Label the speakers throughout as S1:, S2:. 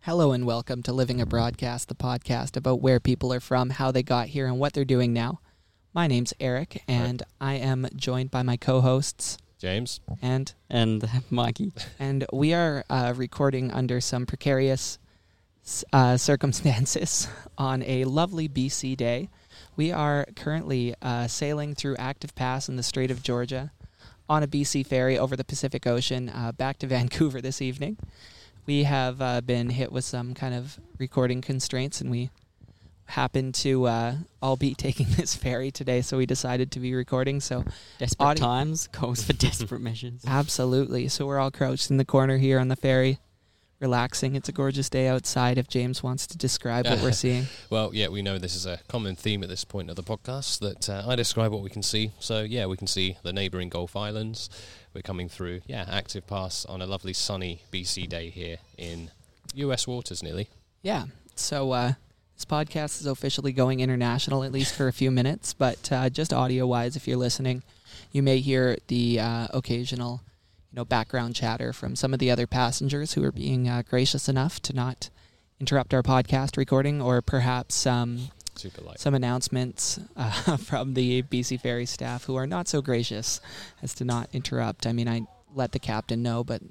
S1: Hello and welcome to Living a Broadcast, the podcast about where people are from, how they got here, and what they're doing now. My name's Eric, and I am joined by my co hosts
S2: James,
S1: and
S3: and Mikey.
S1: and we are uh, recording under some precarious s- uh, circumstances on a lovely BC day. We are currently uh, sailing through Active Pass in the Strait of Georgia on a BC ferry over the Pacific Ocean uh, back to Vancouver this evening. We have uh, been hit with some kind of recording constraints and we happened to uh, all be taking this ferry today, so we decided to be recording. So
S3: Desperate
S1: Audi-
S3: times calls for desperate measures.
S1: Absolutely. So we're all crouched in the corner here on the ferry, relaxing. It's a gorgeous day outside. If James wants to describe what we're seeing,
S2: well, yeah, we know this is a common theme at this point of the podcast that uh, I describe what we can see. So, yeah, we can see the neighbouring Gulf Islands. We're coming through, yeah, active pass on a lovely sunny BC day here in US waters nearly.
S1: yeah. So uh, this podcast is officially going international, at least for a few minutes. But uh, just audio wise, if you're listening, you may hear the uh, occasional, you know, background chatter from some of the other passengers who are being uh, gracious enough to not interrupt our podcast recording, or perhaps um,
S2: Super light.
S1: some announcements uh, from the BC Ferry staff who are not so gracious as to not interrupt. I mean, I let the captain know, but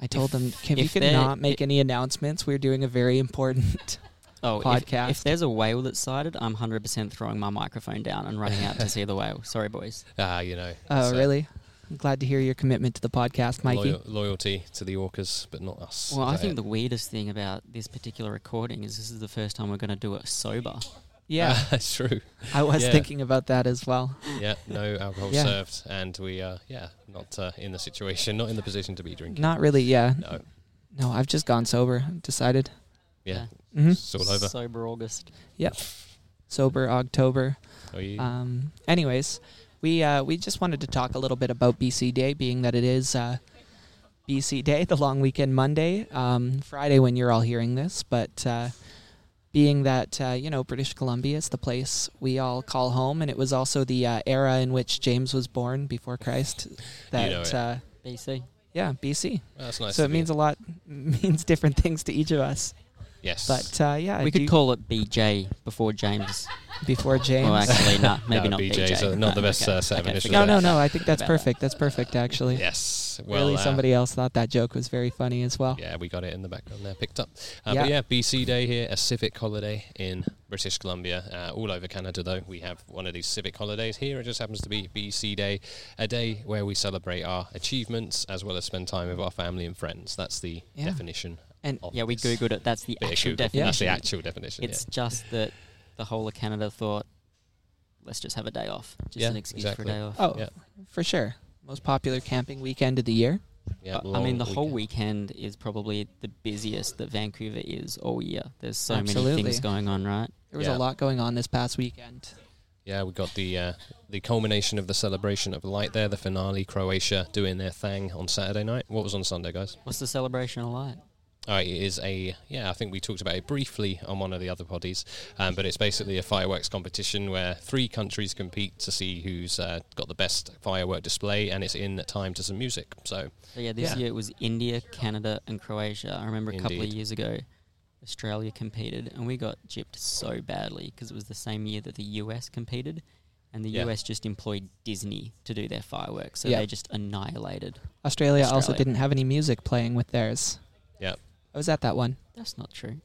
S1: I told them, "Can you
S3: if
S1: could
S3: they-
S1: not make any announcements? We're doing a very important."
S3: Oh, if-
S1: Podcast.
S3: If, there's a whale that's sighted, I'm 100% throwing my microphone down and running out to see the whale. Sorry, boys.
S2: Ah, you know.
S1: Oh,
S2: it's, uh,
S1: really? I'm glad to hear your commitment to the podcast, Mikey.
S2: loyal- loyalty to the orcas, but not us. Uh,
S3: Well, I
S2: Is that
S3: think
S2: it?
S3: the weirdest thing about this particular recording is this is the first time we're going to do it sober.
S1: Yeah,
S2: Ah, that's true.
S1: I was
S2: yeah.
S1: thinking about that as well.
S2: Yeah, no alcohol
S1: Yeah.
S2: served, and we are, yeah, not uh, in the situation, not in the position to be drinking.
S1: Not really. Yeah.
S2: No,
S1: No, I've just gone sober. I've Decided.
S2: yeah,
S1: hmm
S2: it's all over.
S3: Sober August.
S1: Sober October.
S2: Are you?
S1: Um, anyways, we uh, we just wanted to talk a little bit about BC Day, being that it is uh, BC Day, the long weekend Monday, um, Friday when you're all hearing this, but. Uh, being that uh, you know British Columbia is the place we all call home, and it was also the uh, era in which James was born before Christ. That
S2: know it.
S1: uh,
S3: BC.
S1: yeah, BC.
S2: Well, that's nice.
S1: so
S2: to
S1: it
S2: be-
S1: means a lot, means different things to each of us.
S2: yes,
S1: But uh, yeah,
S3: we
S1: do-
S3: could call it BJ before James.
S1: before James.
S3: Well, actually, no, maybe
S2: No,
S3: not
S2: BJs
S3: BJ.
S2: are not the
S3: No,
S2: best, uh, set of initials
S3: forget
S1: no,
S3: that.
S1: no, no. I think that's
S3: About that.
S1: perfect. That's perfect, actually.
S2: Yes. Well,
S1: uh, really,
S2: uh,
S1: somebody else thought that joke was very funny as well.
S2: Yeah, we got it in the background there, picked up. Uh,
S1: Yeah.
S2: But yeah, BC Day here, a civic holiday in British Columbia. Uh, all over Canada, though, we have one of these civic holidays here. It just happens to be BC Day, a day where we celebrate our achievements as well as spend time with our family and friends. That's the
S1: Yeah.
S2: definition.
S1: And-
S2: of
S3: Yeah, we
S2: this
S3: googled it. That's the
S2: bit of
S3: actual
S2: Google.
S3: definition.
S2: That's the actual definition.
S3: It's just that the whole of Canada thought, let's just have a day off. Just
S2: Yeah,
S3: an excuse
S2: exactly.
S3: for a day off.
S1: Oh,
S2: Yeah.
S1: for sure. Most popular camping weekend of the year.
S2: yeah.
S3: But,
S2: yeah,
S3: I mean,
S2: long
S3: the whole
S2: weekend.
S3: weekend is probably the busiest that Vancouver is all year. There's so
S1: Absolutely.
S3: many things going on, right?
S1: There was
S2: Yeah.
S1: a lot going on this past weekend.
S2: Yeah, we got the uh, the culmination of the celebration of light there, the finale, Croatia doing their thing on Saturday night. What was on Sunday, guys?
S3: What's the celebration like?
S2: Uh, it is a yeah. I think we talked about it briefly on one of the other poddies, um, but it's basically a fireworks competition where three countries compete to see who's uh, got the best firework display, and it's in time to some music. So
S3: So yeah, this
S2: Yeah.
S3: year it was India, Canada, and Croatia. I remember a couple of
S2: Indeed.
S3: years ago, Australia competed, and we got gypped so badly because it was the same year that the US competed, and the
S2: Yeah.
S3: US just employed Disney to do their fireworks, so
S1: Yeah.
S3: they just annihilated.
S1: Australia, also
S3: Australia.
S1: didn't have any music playing with theirs.
S2: yeah,
S1: I was at that one.
S3: That's not true.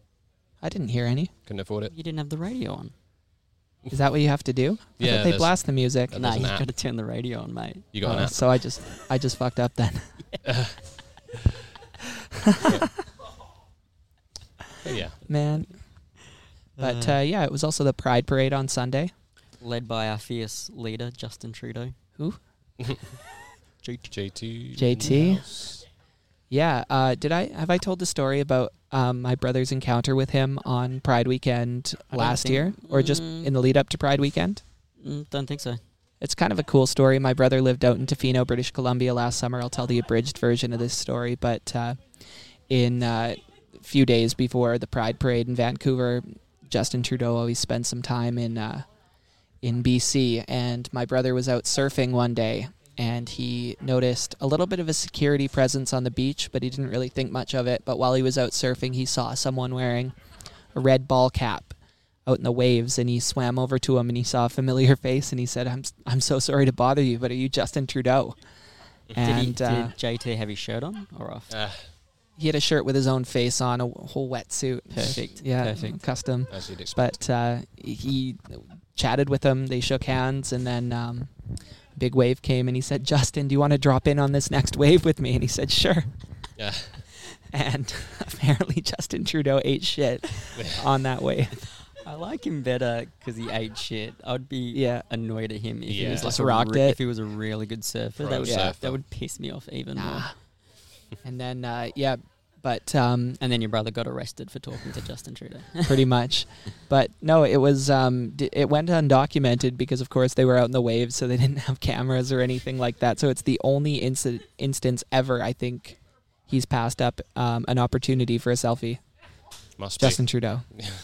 S1: I didn't hear any.
S2: couldn't afford it.
S3: You didn't have the radio on.
S1: Is that what you have to do? I
S2: Yeah,
S1: thought they
S2: there's-
S1: blast the music.
S2: Uh,
S3: nah,
S2: there's an
S3: you
S2: app.
S3: got to turn the radio on, mate.
S2: You got an
S1: Oh,
S2: app.
S1: so I just, I just fucked up then.
S2: But yeah,
S1: Man. But uh, yeah, it was also the Pride Parade on Sunday.
S3: led by our fierce leader Justin Trudeau.
S1: Who?
S2: JT.
S1: JT?
S2: House.
S1: Yeah. Uh, did I have I told the story about um, my brother's encounter with him on Pride Weekend
S3: I don't
S1: last
S3: think-
S1: year, or just
S3: Mm.
S1: in the lead up to Pride Weekend?
S3: Mm, don't think so.
S1: It's kind of a cool story. My brother lived out in Tofino, British Columbia last summer. I'll tell the abridged version of this story, but uh, in uh, a few days before the Pride Parade in Vancouver, Justin Trudeau always spends some time in uh, in BC, and my brother was out surfing one day, and he noticed a little bit of a security presence on the beach, but he didn't really think much of it. But while he was out surfing, he saw someone wearing a red ball cap out in the waves, and he swam over to him and he saw a familiar face, and he said, "I'm I'm so sorry to bother you, but are you Justin Trudeau?"
S3: did, he,
S1: And uh,
S3: did JT have his shirt on or off?
S2: Ah,
S1: he had a shirt with his own face on, a whole wetsuit.
S3: Perfect.
S1: Yeah,
S3: Perfect.
S1: custom.
S2: as you'd expect.
S1: but uh, he chatted with him. They shook hands, and then um, a big wave came, and he said, "Justin, do you want to drop in on this next wave with me?" And he said, "Sure."
S2: Yeah.
S1: And apparently, Justin Trudeau ate shit on that wave.
S3: I like him better because he ate shit. I'd be
S1: Yeah.
S3: annoyed at him if
S2: Yeah.
S3: he was
S1: Just
S3: like a
S1: rocked
S3: re-
S1: it.
S3: if he was a really good surfer.
S2: Pro
S3: That would,
S2: surfer.
S3: that would piss me off even more.
S1: Nah. And then, uh, yeah, but um,
S3: And then your brother got arrested for talking to Justin Trudeau.
S1: pretty much. But no, it was um, d- it went undocumented because, of course, they were out in the waves, so they didn't have cameras or anything like that. So it's the only inci- instance ever I think he's passed up um, an opportunity for a selfie.
S2: Must
S1: Justin Trudeau.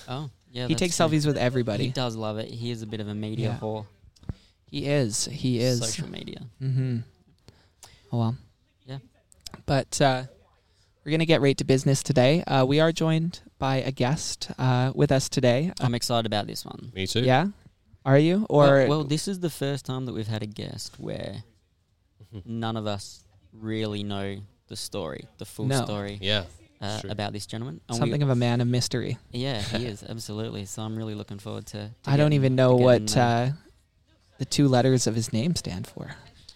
S3: oh, yeah.
S1: he
S3: that's
S1: takes
S3: true.
S1: selfies with
S3: He
S1: everybody.
S3: does love it. He is a bit of a media
S1: Yeah.
S3: whore.
S1: He is. He is.
S3: Social media.
S1: Mm-hmm. Oh well.
S3: Yeah.
S1: But uh, we're gonna get right to business today. Uh, we are joined by a guest uh, with us today. Uh,
S3: I'm excited about this one.
S2: be. Me too.
S1: yeah. Are you or
S3: well, well, this is the first time that we've had a guest where none of us really know the story, the full
S1: No.
S3: story
S2: Yeah.
S3: uh,
S2: true.
S3: about this gentleman. And we-
S1: something of a man of mystery?
S3: yeah, he is absolutely. So I'm really looking forward to. to
S1: I don't
S3: getting-
S1: even
S3: to
S1: know
S3: getting,
S1: what
S3: uh,
S1: uh, the two letters of his name stand for.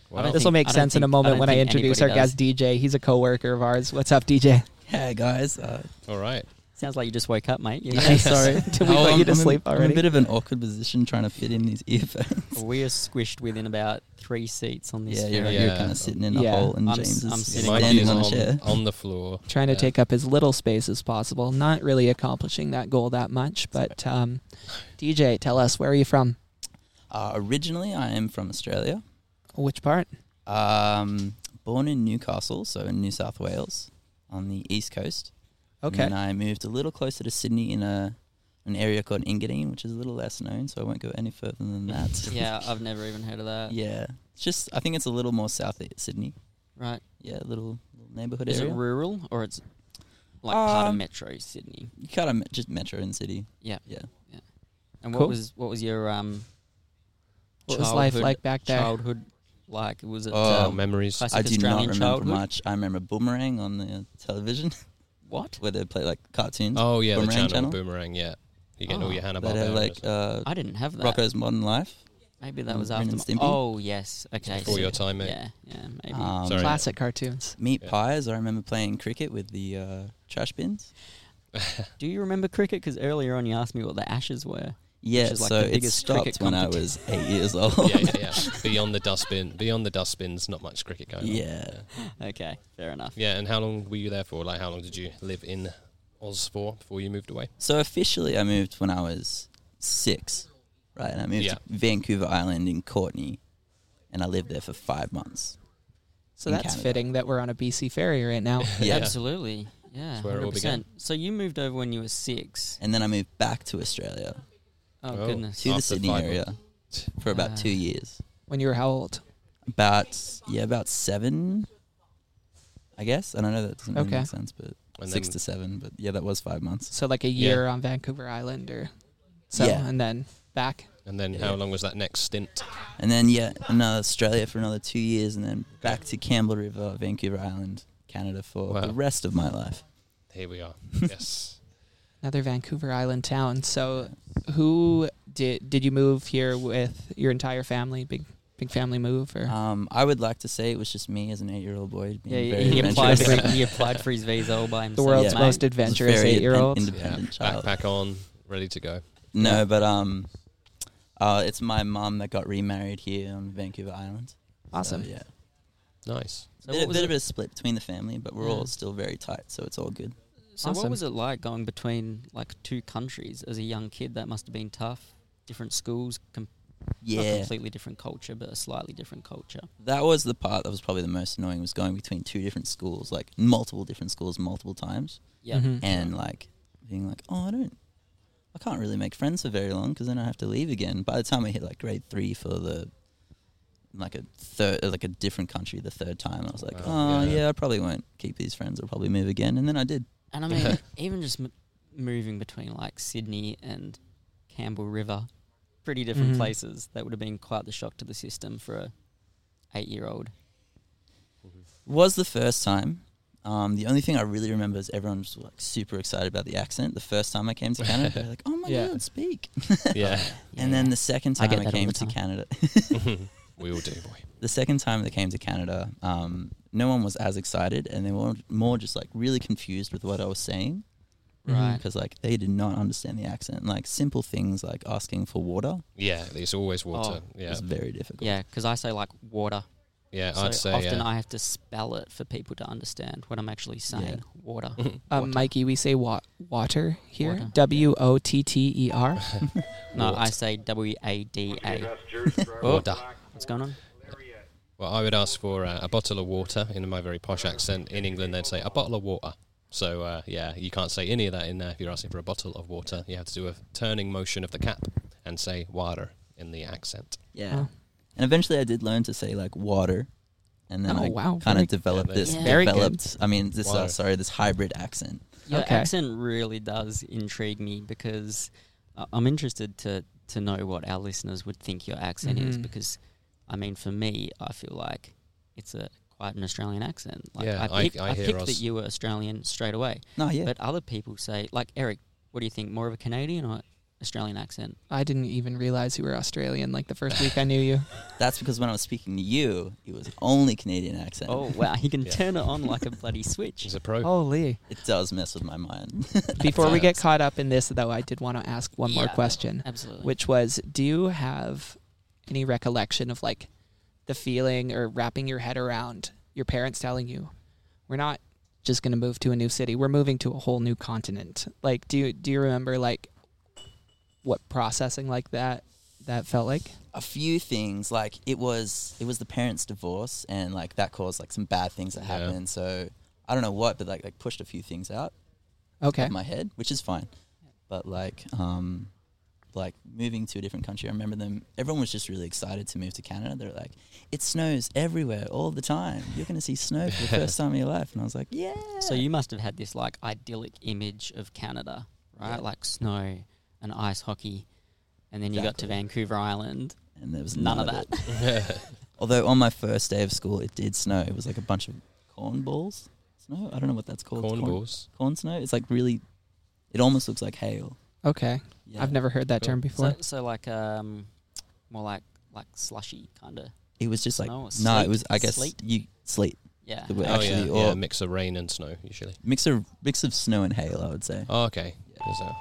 S2: Well,
S1: This will
S3: think-
S1: make
S3: I don't
S1: sense in a
S3: think- I
S1: moment
S3: don't
S1: when I
S3: think
S1: introduce our
S3: anybody
S1: guest DJ. He's a coworker of ours. What's up, DJ?
S4: Yeah, guys. Uh,
S2: all right.
S3: Sounds like you just woke up, mate. You
S4: yeah,
S3: know?
S4: sorry.
S1: Did we put you to
S4: I'm
S1: sleep
S4: in, I'm in
S1: already?
S4: a bit of an awkward position trying to fit in these earphones.
S3: we are squished within about three seats on this.
S4: yeah,
S3: very
S4: you're,
S2: Yeah.
S4: you're kind of sitting in a
S1: Yeah.
S4: hole, and
S3: I'm s-
S4: James
S3: I'm
S4: is
S3: sitting
S2: Mike
S4: standing
S2: is
S4: on a
S2: on-
S4: chair.
S2: on the floor.
S1: Trying to
S2: Yeah.
S1: take up as little space as possible. Not really accomplishing that goal that much, but um, DJ, tell us where are you from?
S4: Uh, originally, I am from Australia.
S1: Which part?
S4: Um, born in Newcastle, so in New South Wales, on the east coast.
S1: Okay.
S4: And then I moved a little closer to Sydney in a an area called Ingadine, which is a little less known, so I won't go any further than that.
S3: yeah, I've never even heard of that.
S4: yeah. It's just I think it's a little more south of Sydney.
S3: Right?
S4: Yeah, little, little neighborhood
S3: Is it
S4: area.
S3: rural or it's like part of
S4: Um,
S3: Metro Sydney?
S4: You kind of me- just metro and city.
S3: Yeah.
S4: Yeah.
S3: And
S1: cool.
S3: what was what was your um
S1: What was life
S3: childhood-
S1: like back there?
S3: childhood like? Was it
S4: Oh,
S2: Oh,
S3: um,
S2: memories.
S3: classic
S4: I do not
S3: Australian
S4: remember
S3: childhood?
S4: much. I remember Boomerang on the television
S3: What?
S4: where they play like cartoons.
S2: Oh yeah, the
S4: Boomerang
S2: channel,
S4: channel?
S2: Boomerang. Yeah, you get
S3: Oh,
S2: all your Hanna
S4: they had
S2: Barbera.
S4: like uh,
S3: I didn't have that.
S4: Rocco's Modern Life.
S3: Maybe that was
S4: Ren
S3: after.
S4: and
S3: my-
S4: Stimpy?
S3: Oh yes. Okay.
S2: before
S3: so-
S2: your time, mate.
S3: Yeah. Yeah. Maybe.
S4: Um,
S2: Sorry.
S1: Classic cartoons.
S4: Meat
S2: Yeah.
S4: pies. I remember playing cricket with the uh, trash bins.
S3: Do you remember cricket? Because earlier on you asked me what the ashes were.
S4: Yeah,
S3: is, like,
S4: so
S3: the
S4: it
S3: biggest cricket
S4: stopped when I
S3: competi-
S4: was eight years old.
S2: yeah, yeah, yeah. Beyond the dustbin, beyond the dustbins, not much cricket going on.
S4: Yeah.
S3: Okay. Fair enough.
S2: Yeah, and how long were you there for? Like, how long did you live in Oz for before you moved away?
S4: So officially, I moved when I was six, right? And I moved to Vancouver Island in Courtney, and I lived there for five months.
S1: So
S4: in
S1: that's
S4: Canada.
S1: fitting that we're on a BC ferry right now.
S4: Yeah.
S3: Absolutely. Yeah.
S2: That's where it all
S3: 100%. So you moved over when you were six.
S4: And then I moved back to Australia,
S3: Oh,
S2: Oh.
S3: goodness.
S4: to the
S2: After
S4: Sydney
S2: five
S4: area, for about
S3: Ah.
S4: two years.
S1: when you were how old?
S4: about yeah, about seven, I guess. And I know that doesn't really
S1: Okay.
S4: make sense, but
S2: And
S4: six
S2: then-
S4: to seven. But yeah, that was five months.
S1: So like a
S2: Yeah.
S1: year on Vancouver Island or so,
S4: Yeah.
S1: and then back.
S2: And then
S4: Yeah.
S2: how long was that next stint?
S4: And then yeah, in Australia for another two years, and then back to Campbell River, Vancouver Island, Canada for
S2: Wow.
S4: the rest of my life.
S2: Here we are. Yes.
S1: another Vancouver Island town. So, who did did you move here with your entire family? Big big family move or
S4: Um, I would like to say it was just me as an eight-year-old boy being
S3: Yeah,
S4: very
S3: he, he applied
S4: adventurous.
S3: for, he applied for his visa all by
S1: the
S3: himself.
S1: world's
S4: yeah.
S1: most
S3: mate.
S4: I was a
S1: adventurous
S4: very
S1: eight year old?
S4: independent
S2: Yeah.
S4: child.
S2: Backpack on, ready to go.
S4: No, but um, uh, it's my mum that got remarried here on Vancouver Island. So,
S1: Awesome.
S4: yeah,
S2: Nice.
S3: So
S4: bit,
S3: what
S4: a
S3: was
S4: bit
S3: it-
S4: of a split between the family, but we're
S3: Yeah.
S4: all still very tight, so it's all good.
S3: So
S1: Awesome.
S3: what was it like going between like two countries as a young kid? That must have been tough. Different schools, com- not
S4: Yeah,
S3: completely different culture, but a slightly different culture.
S4: that was the part that was probably the most annoying was going between two different schools, like multiple different schools, multiple times,
S3: Yeah.
S1: Mhm.
S4: and like being like, oh, I don't, I can't really make friends for very long because then I have to leave again. By the time I hit like grade three for the like a third, like a different country the third time. I was like,
S2: Wow,
S4: oh
S2: yeah.
S4: yeah. I probably won't keep these friends. I'll probably move again, and then I did.
S3: And I mean, even just m- moving between like Sydney and Campbell River, pretty different
S4: Mm-hmm.
S1: Mhm.
S3: places, that would have been quite the shock to the system for a eight year old.
S4: Was the first time. Um, the only thing I really remember is everyone was like super excited about the accent. The first time I came to Canada, they were like, "Oh my
S1: Yeah.
S4: god, speak!"
S2: yeah,
S4: And then the second
S3: I
S4: time
S3: get
S4: I,
S3: that all
S4: came
S3: the
S4: to
S3: time.
S4: Canada,
S2: we all do, boy.
S4: the second time that came to Canada, um, no one was as excited, and they were more just like really confused with what I was saying
S3: Right.
S4: because like they did not understand the accent. Like simple things like asking for water
S2: Yeah, it's always water. yeah,
S4: was very difficult.
S3: Yeah, because I say like water.
S2: yeah.
S3: So
S2: I'd say uh,
S3: often
S2: yeah.
S3: I have to spell it for people to understand what I'm actually saying. Water.
S1: Um, Mikey, we say wa- water here.
S3: Water.
S1: W O T T E R.
S3: No, I
S2: Water.
S3: say W A D A.
S2: Water.
S4: Oh.
S3: What's going on?
S2: Well, I would ask for uh, a bottle of water in my very posh accent. In England, they'd say a bottle of water. So uh, yeah, you can't say any of that in there if you're asking for a bottle of water. You have to do a turning motion of the cap and say water in the accent.
S4: Yeah.
S1: Oh.
S4: And eventually I did learn to say like water. And then
S1: Oh,
S4: I
S1: wow.
S4: kind
S1: Very-
S4: of developed
S2: Yeah,
S4: this
S3: that's-
S1: Very good.
S4: developed I mean this uh,
S2: Water.
S4: sorry, this hybrid accent.
S3: Your
S1: Okay.
S3: accent really does intrigue me because I- I'm interested to to know what our listeners would think your accent is
S2: Mm-hmm.
S1: Mhm.
S3: because I mean for me I feel like it's a quite an Australian accent. Like
S2: Yeah,
S3: I,
S2: I-
S3: pick,
S2: I
S3: I,
S2: hear
S3: picked that
S2: us.
S3: you were Australian straight away,
S4: No, yeah.
S3: but other people say like Eric, what do you think? More of a Canadian or Australian accent?
S1: I didn't even realize you were Australian like the first week I knew you.
S4: That's because when I was speaking to you, it was only Canadian accent.
S3: Oh wow, he can
S2: Yeah.
S3: turn it on like a bloody switch.
S2: He's a
S3: Oh.
S2: pro.
S1: Holy.
S4: It does mess with my mind.
S1: Before we get
S2: Science.
S1: caught up in this, though, I did want to ask one more
S3: Yeah.
S1: question,
S3: Absolutely.
S1: which was Do you have any recollection of like the feeling or wrapping your head around your parents telling you, we're not just going to move to a new city, we're moving to a whole new continent? Like, do you, do you remember like what processing like that? That felt like
S4: a few things like it was it was the parents' divorce and like that caused like some bad things that
S2: Yeah.
S4: happened. So I don't know what, but like like pushed a few things out.
S1: okay,
S4: of my head, which is fine. But like, um, like moving to a different country, I remember them. Everyone was just really excited to move to Canada. They're like, "It snows everywhere all the time. You're going to see snow for the first time in your life." And I was like, "Yeah."
S3: So you must have had this like idyllic image of Canada, right?
S4: Yeah.
S3: Like snow and ice hockey. And then you got to
S4: Exactly.
S3: Vancouver Island.
S4: and there was
S3: None, of
S4: it.
S3: that.
S4: Although on my first day of school, it did snow. It was like a bunch of corn balls. Snow. I don't know what that's called.
S2: Corn balls.
S4: Corn snow. It's like really. It almost looks like hail.
S1: okay.
S4: Yeah.
S1: I've never heard that
S2: Cool.
S1: term before.
S3: so, so like um more like like slushy kind of.
S4: It was just like
S3: Snow or
S4: no.
S3: sleet?
S4: it was I guess
S3: Sleet?
S4: you sleet.
S3: Yeah.
S4: The way-
S2: Oh yeah,
S4: Actually,
S2: yeah.
S4: or-
S2: Mix of rain and snow usually.
S4: Mix of mix of snow and hail. I would say.
S2: Oh, okay. There's a-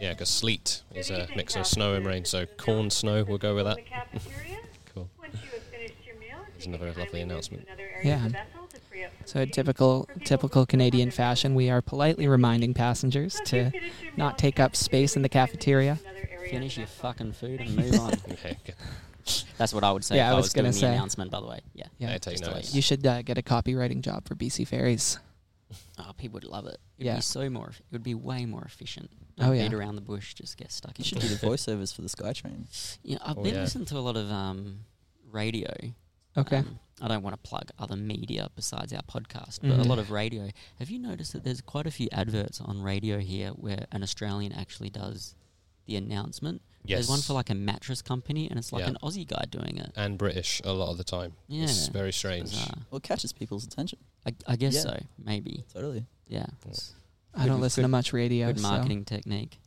S2: yeah, because sleet is a mix of snow and rain. So corn snow, we'll go
S5: Uh,
S2: with that. Cool.
S5: There's another lovely announcement.
S1: Yeah. So typical typical Canadian fashion, we are politely reminding passengers to not take up space in the cafeteria.
S3: Finish your fucking food and move on.
S2: Okay, good.
S3: That's what I would say.
S1: Yeah,
S3: if
S1: I was
S3: doing
S1: gonna
S3: the
S1: say.
S3: announcement. By the way, yeah.
S1: Yeah.
S2: Yeah, take
S3: just the way
S2: notes.
S1: You should uh, get a copywriting job for BC Ferries.
S3: Oh, people would love it. It'd
S1: Yeah.
S3: be so more. eff- It would be way more efficient.
S1: Oh,
S3: Don't
S1: yeah.
S3: Beat around the bush. Just get stuck.
S4: You
S3: in
S4: should do the voiceovers for the SkyTrain.
S3: Yeah, I've
S2: Oh,
S3: been
S2: yeah.
S3: listening to a lot of um, radio.
S1: Okay.
S3: Um, I don't want to plug other media besides our podcast, but
S1: Mhm.
S3: a lot of radio. Have you noticed that there's quite a few adverts on radio here where an Australian actually does the announcement? There's one
S2: Yes.
S3: for like a mattress company, and it's like
S2: Yeah.
S3: an Aussie guy doing it.
S2: And British a lot of the time.
S3: Yeah,
S2: It's very strange.
S3: bizarre.
S4: Well, it catches people's attention.
S3: I, I guess
S4: Yeah.
S3: so. Maybe.
S4: Totally.
S3: Yeah. It's
S1: I don't listen to much radio.
S3: good
S1: so-
S3: marketing technique.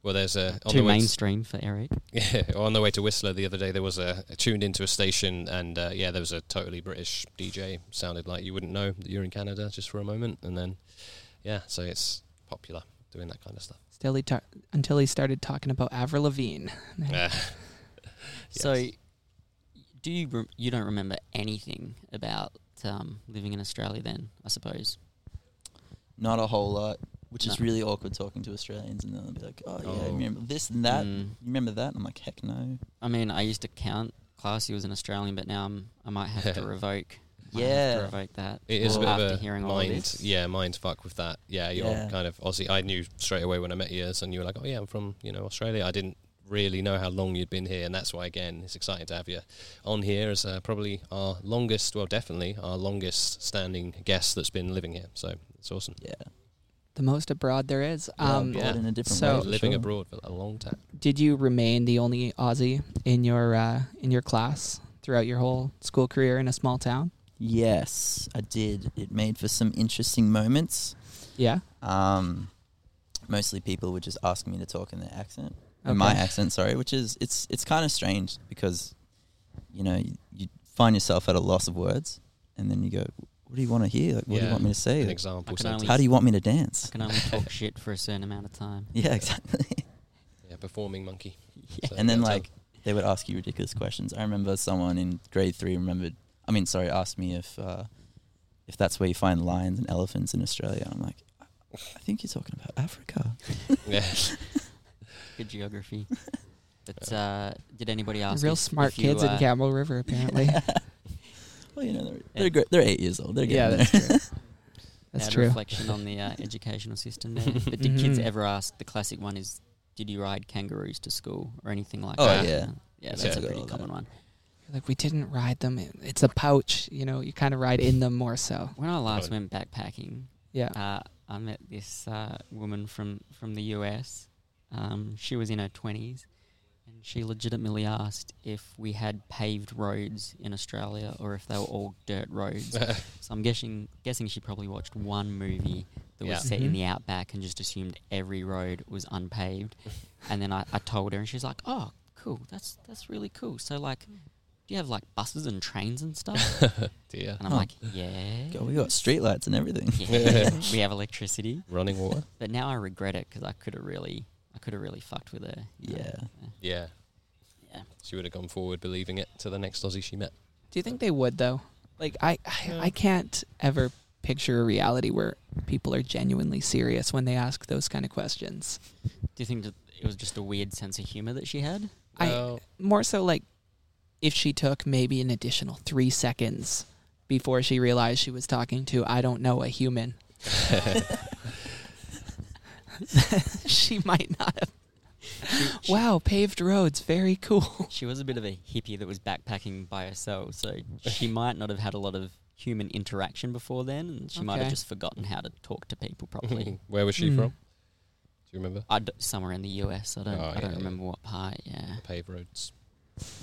S2: Well, there's a on
S3: Too
S2: the way to-
S3: mainstream for Eric.
S2: Yeah, on the way to Whistler the other day, there was a, I tuned into a station, and uh, yeah, there was a totally British DJ. Sounded like you wouldn't know that you're in Canada just for a moment, and then yeah, so it's popular doing that kind of stuff.
S1: Still, he ta- until he started talking about Avril Lavigne.
S2: Yeah,
S3: So, do you rem- you don't remember anything about um, living in Australia? Then I suppose.
S4: Not a whole lot, which is
S3: No.
S4: really awkward talking to Australians, and then they'll be like, "Oh yeah,
S2: Oh.
S4: you remember this and that?
S3: Mm.
S4: You remember that?" And I'm like, "Heck no."
S3: I mean, I used to count classy was an Australian, but now I'm, I might have to revoke. might have to
S4: Yeah.
S3: revoke that.
S2: it is a
S3: Well,
S2: bit
S3: after
S2: of a
S3: hearing all of
S2: mind,
S3: this.
S2: yeah, mind fuck with that. Yeah, you're
S4: Yeah.
S2: kind of Aussie. I knew straight away when I met you, and you were like, oh yeah, I'm from you know Australia. I didn't really know how long you'd been here, and that's why again it's exciting to have you on here as uh, probably our longest, well, definitely our longest standing guest that's been living here. So it's awesome.
S4: Yeah.
S1: The most abroad there is.
S3: Oh,
S1: Um,
S4: yeah. in a different
S1: so-
S4: way. for
S2: living
S4: sure.
S2: abroad for a long time.
S1: Did you remain the only Aussie in your uh, in your class throughout your whole school career in a small town?
S4: Yes, I did. It made for some interesting moments.
S1: Yeah.
S4: Um, mostly people would just ask me to talk in their accent, in my
S1: Okay.
S4: accent, sorry, which is it's it's kind of strange because you know you, you find yourself at a loss of words, and then you go, "What do you want to hear? Like, what do
S2: Yeah,
S4: you want me to say?
S2: An
S4: Like,
S2: example.
S3: I can
S2: sentence.
S3: only-
S4: How do you want me to
S3: I
S4: dance?"
S3: can only talk shit for a certain amount of time.
S4: Yeah, exactly.
S2: yeah, performing monkey. So
S4: and then
S2: that's
S4: like they would ask you ridiculous questions. I remember someone in grade three remembered. I mean, sorry, asked me if uh, if that's where you find lions and elephants in Australia. I'm like, I I think you're talking about Africa.
S2: how- yeah.
S3: Good geography. But uh, did anybody ask?
S1: Real
S3: if-
S1: smart
S3: if you,
S1: kids in
S3: uh,
S1: Campbell River, apparently.
S4: Well, you know, they're
S3: Yeah.
S4: they're, great, they're eight years old. They're
S1: yeah,
S4: getting
S1: that's
S4: there.
S1: true. That's
S3: had a
S1: true.
S3: reflection on the uh, educational system there. But did kids
S1: Mhm.
S3: ever ask? The classic one is, did you ride kangaroos to school or anything like
S4: Oh,
S3: that?
S4: yeah.
S3: yeah,
S2: That's
S3: that's
S4: it.
S3: a pretty
S4: Yeah.
S3: common one.
S1: Like we didn't ride them. It- It's a pouch, you know. You kind of ride in them more so.
S3: When I last
S2: Right.
S3: went backpacking,
S1: Yeah.
S3: uh, I met this uh, woman from from the US. Um, she was in her twenties, and she legitimately asked if we had paved roads in Australia or if they were all dirt roads. so I'm guessing guessing she probably watched one movie that
S2: Yeah.
S3: was set in
S1: Mhm.
S3: the outback and just assumed every road was unpaved. and then I, I told her, and she's like, "Oh, cool. That's that's really cool. So like." Do you have like buses and trains and stuff?
S2: Dear.
S3: And I'm
S4: Oh.
S3: like, yeah.
S4: God, we got streetlights and everything.
S3: Yeah, we have electricity.
S2: Running water.
S3: But now I regret it because I could have really, I could have really fucked with her. you know.
S4: Yeah.
S2: Yeah.
S3: Yeah.
S2: She would have gone forward believing it to the next Aussie she met.
S1: Do you think they would though? Like I, I,
S2: Yeah.
S1: I can't ever picture a reality where people are genuinely serious when they ask those kind of questions.
S3: Do you think that it was just a weird sense of humor that she had?
S1: I-
S2: Well,
S1: More so, like if she took maybe an additional three seconds before she realized she was talking to I don't know a human, she might not have.
S3: she-
S1: Wow, paved roads, very cool.
S3: She was a bit of a hippie that was backpacking by herself, so she might not have had a lot of human interaction before then, and she might have
S1: Okay.
S3: just forgotten how to talk to people properly.
S2: where was she
S1: Mm.
S2: from? Do you remember?
S3: I d- somewhere in the US, I don't,
S2: Oh,
S3: I don't
S2: yeah, yeah.
S3: remember what part. Yeah,
S2: The paved roads.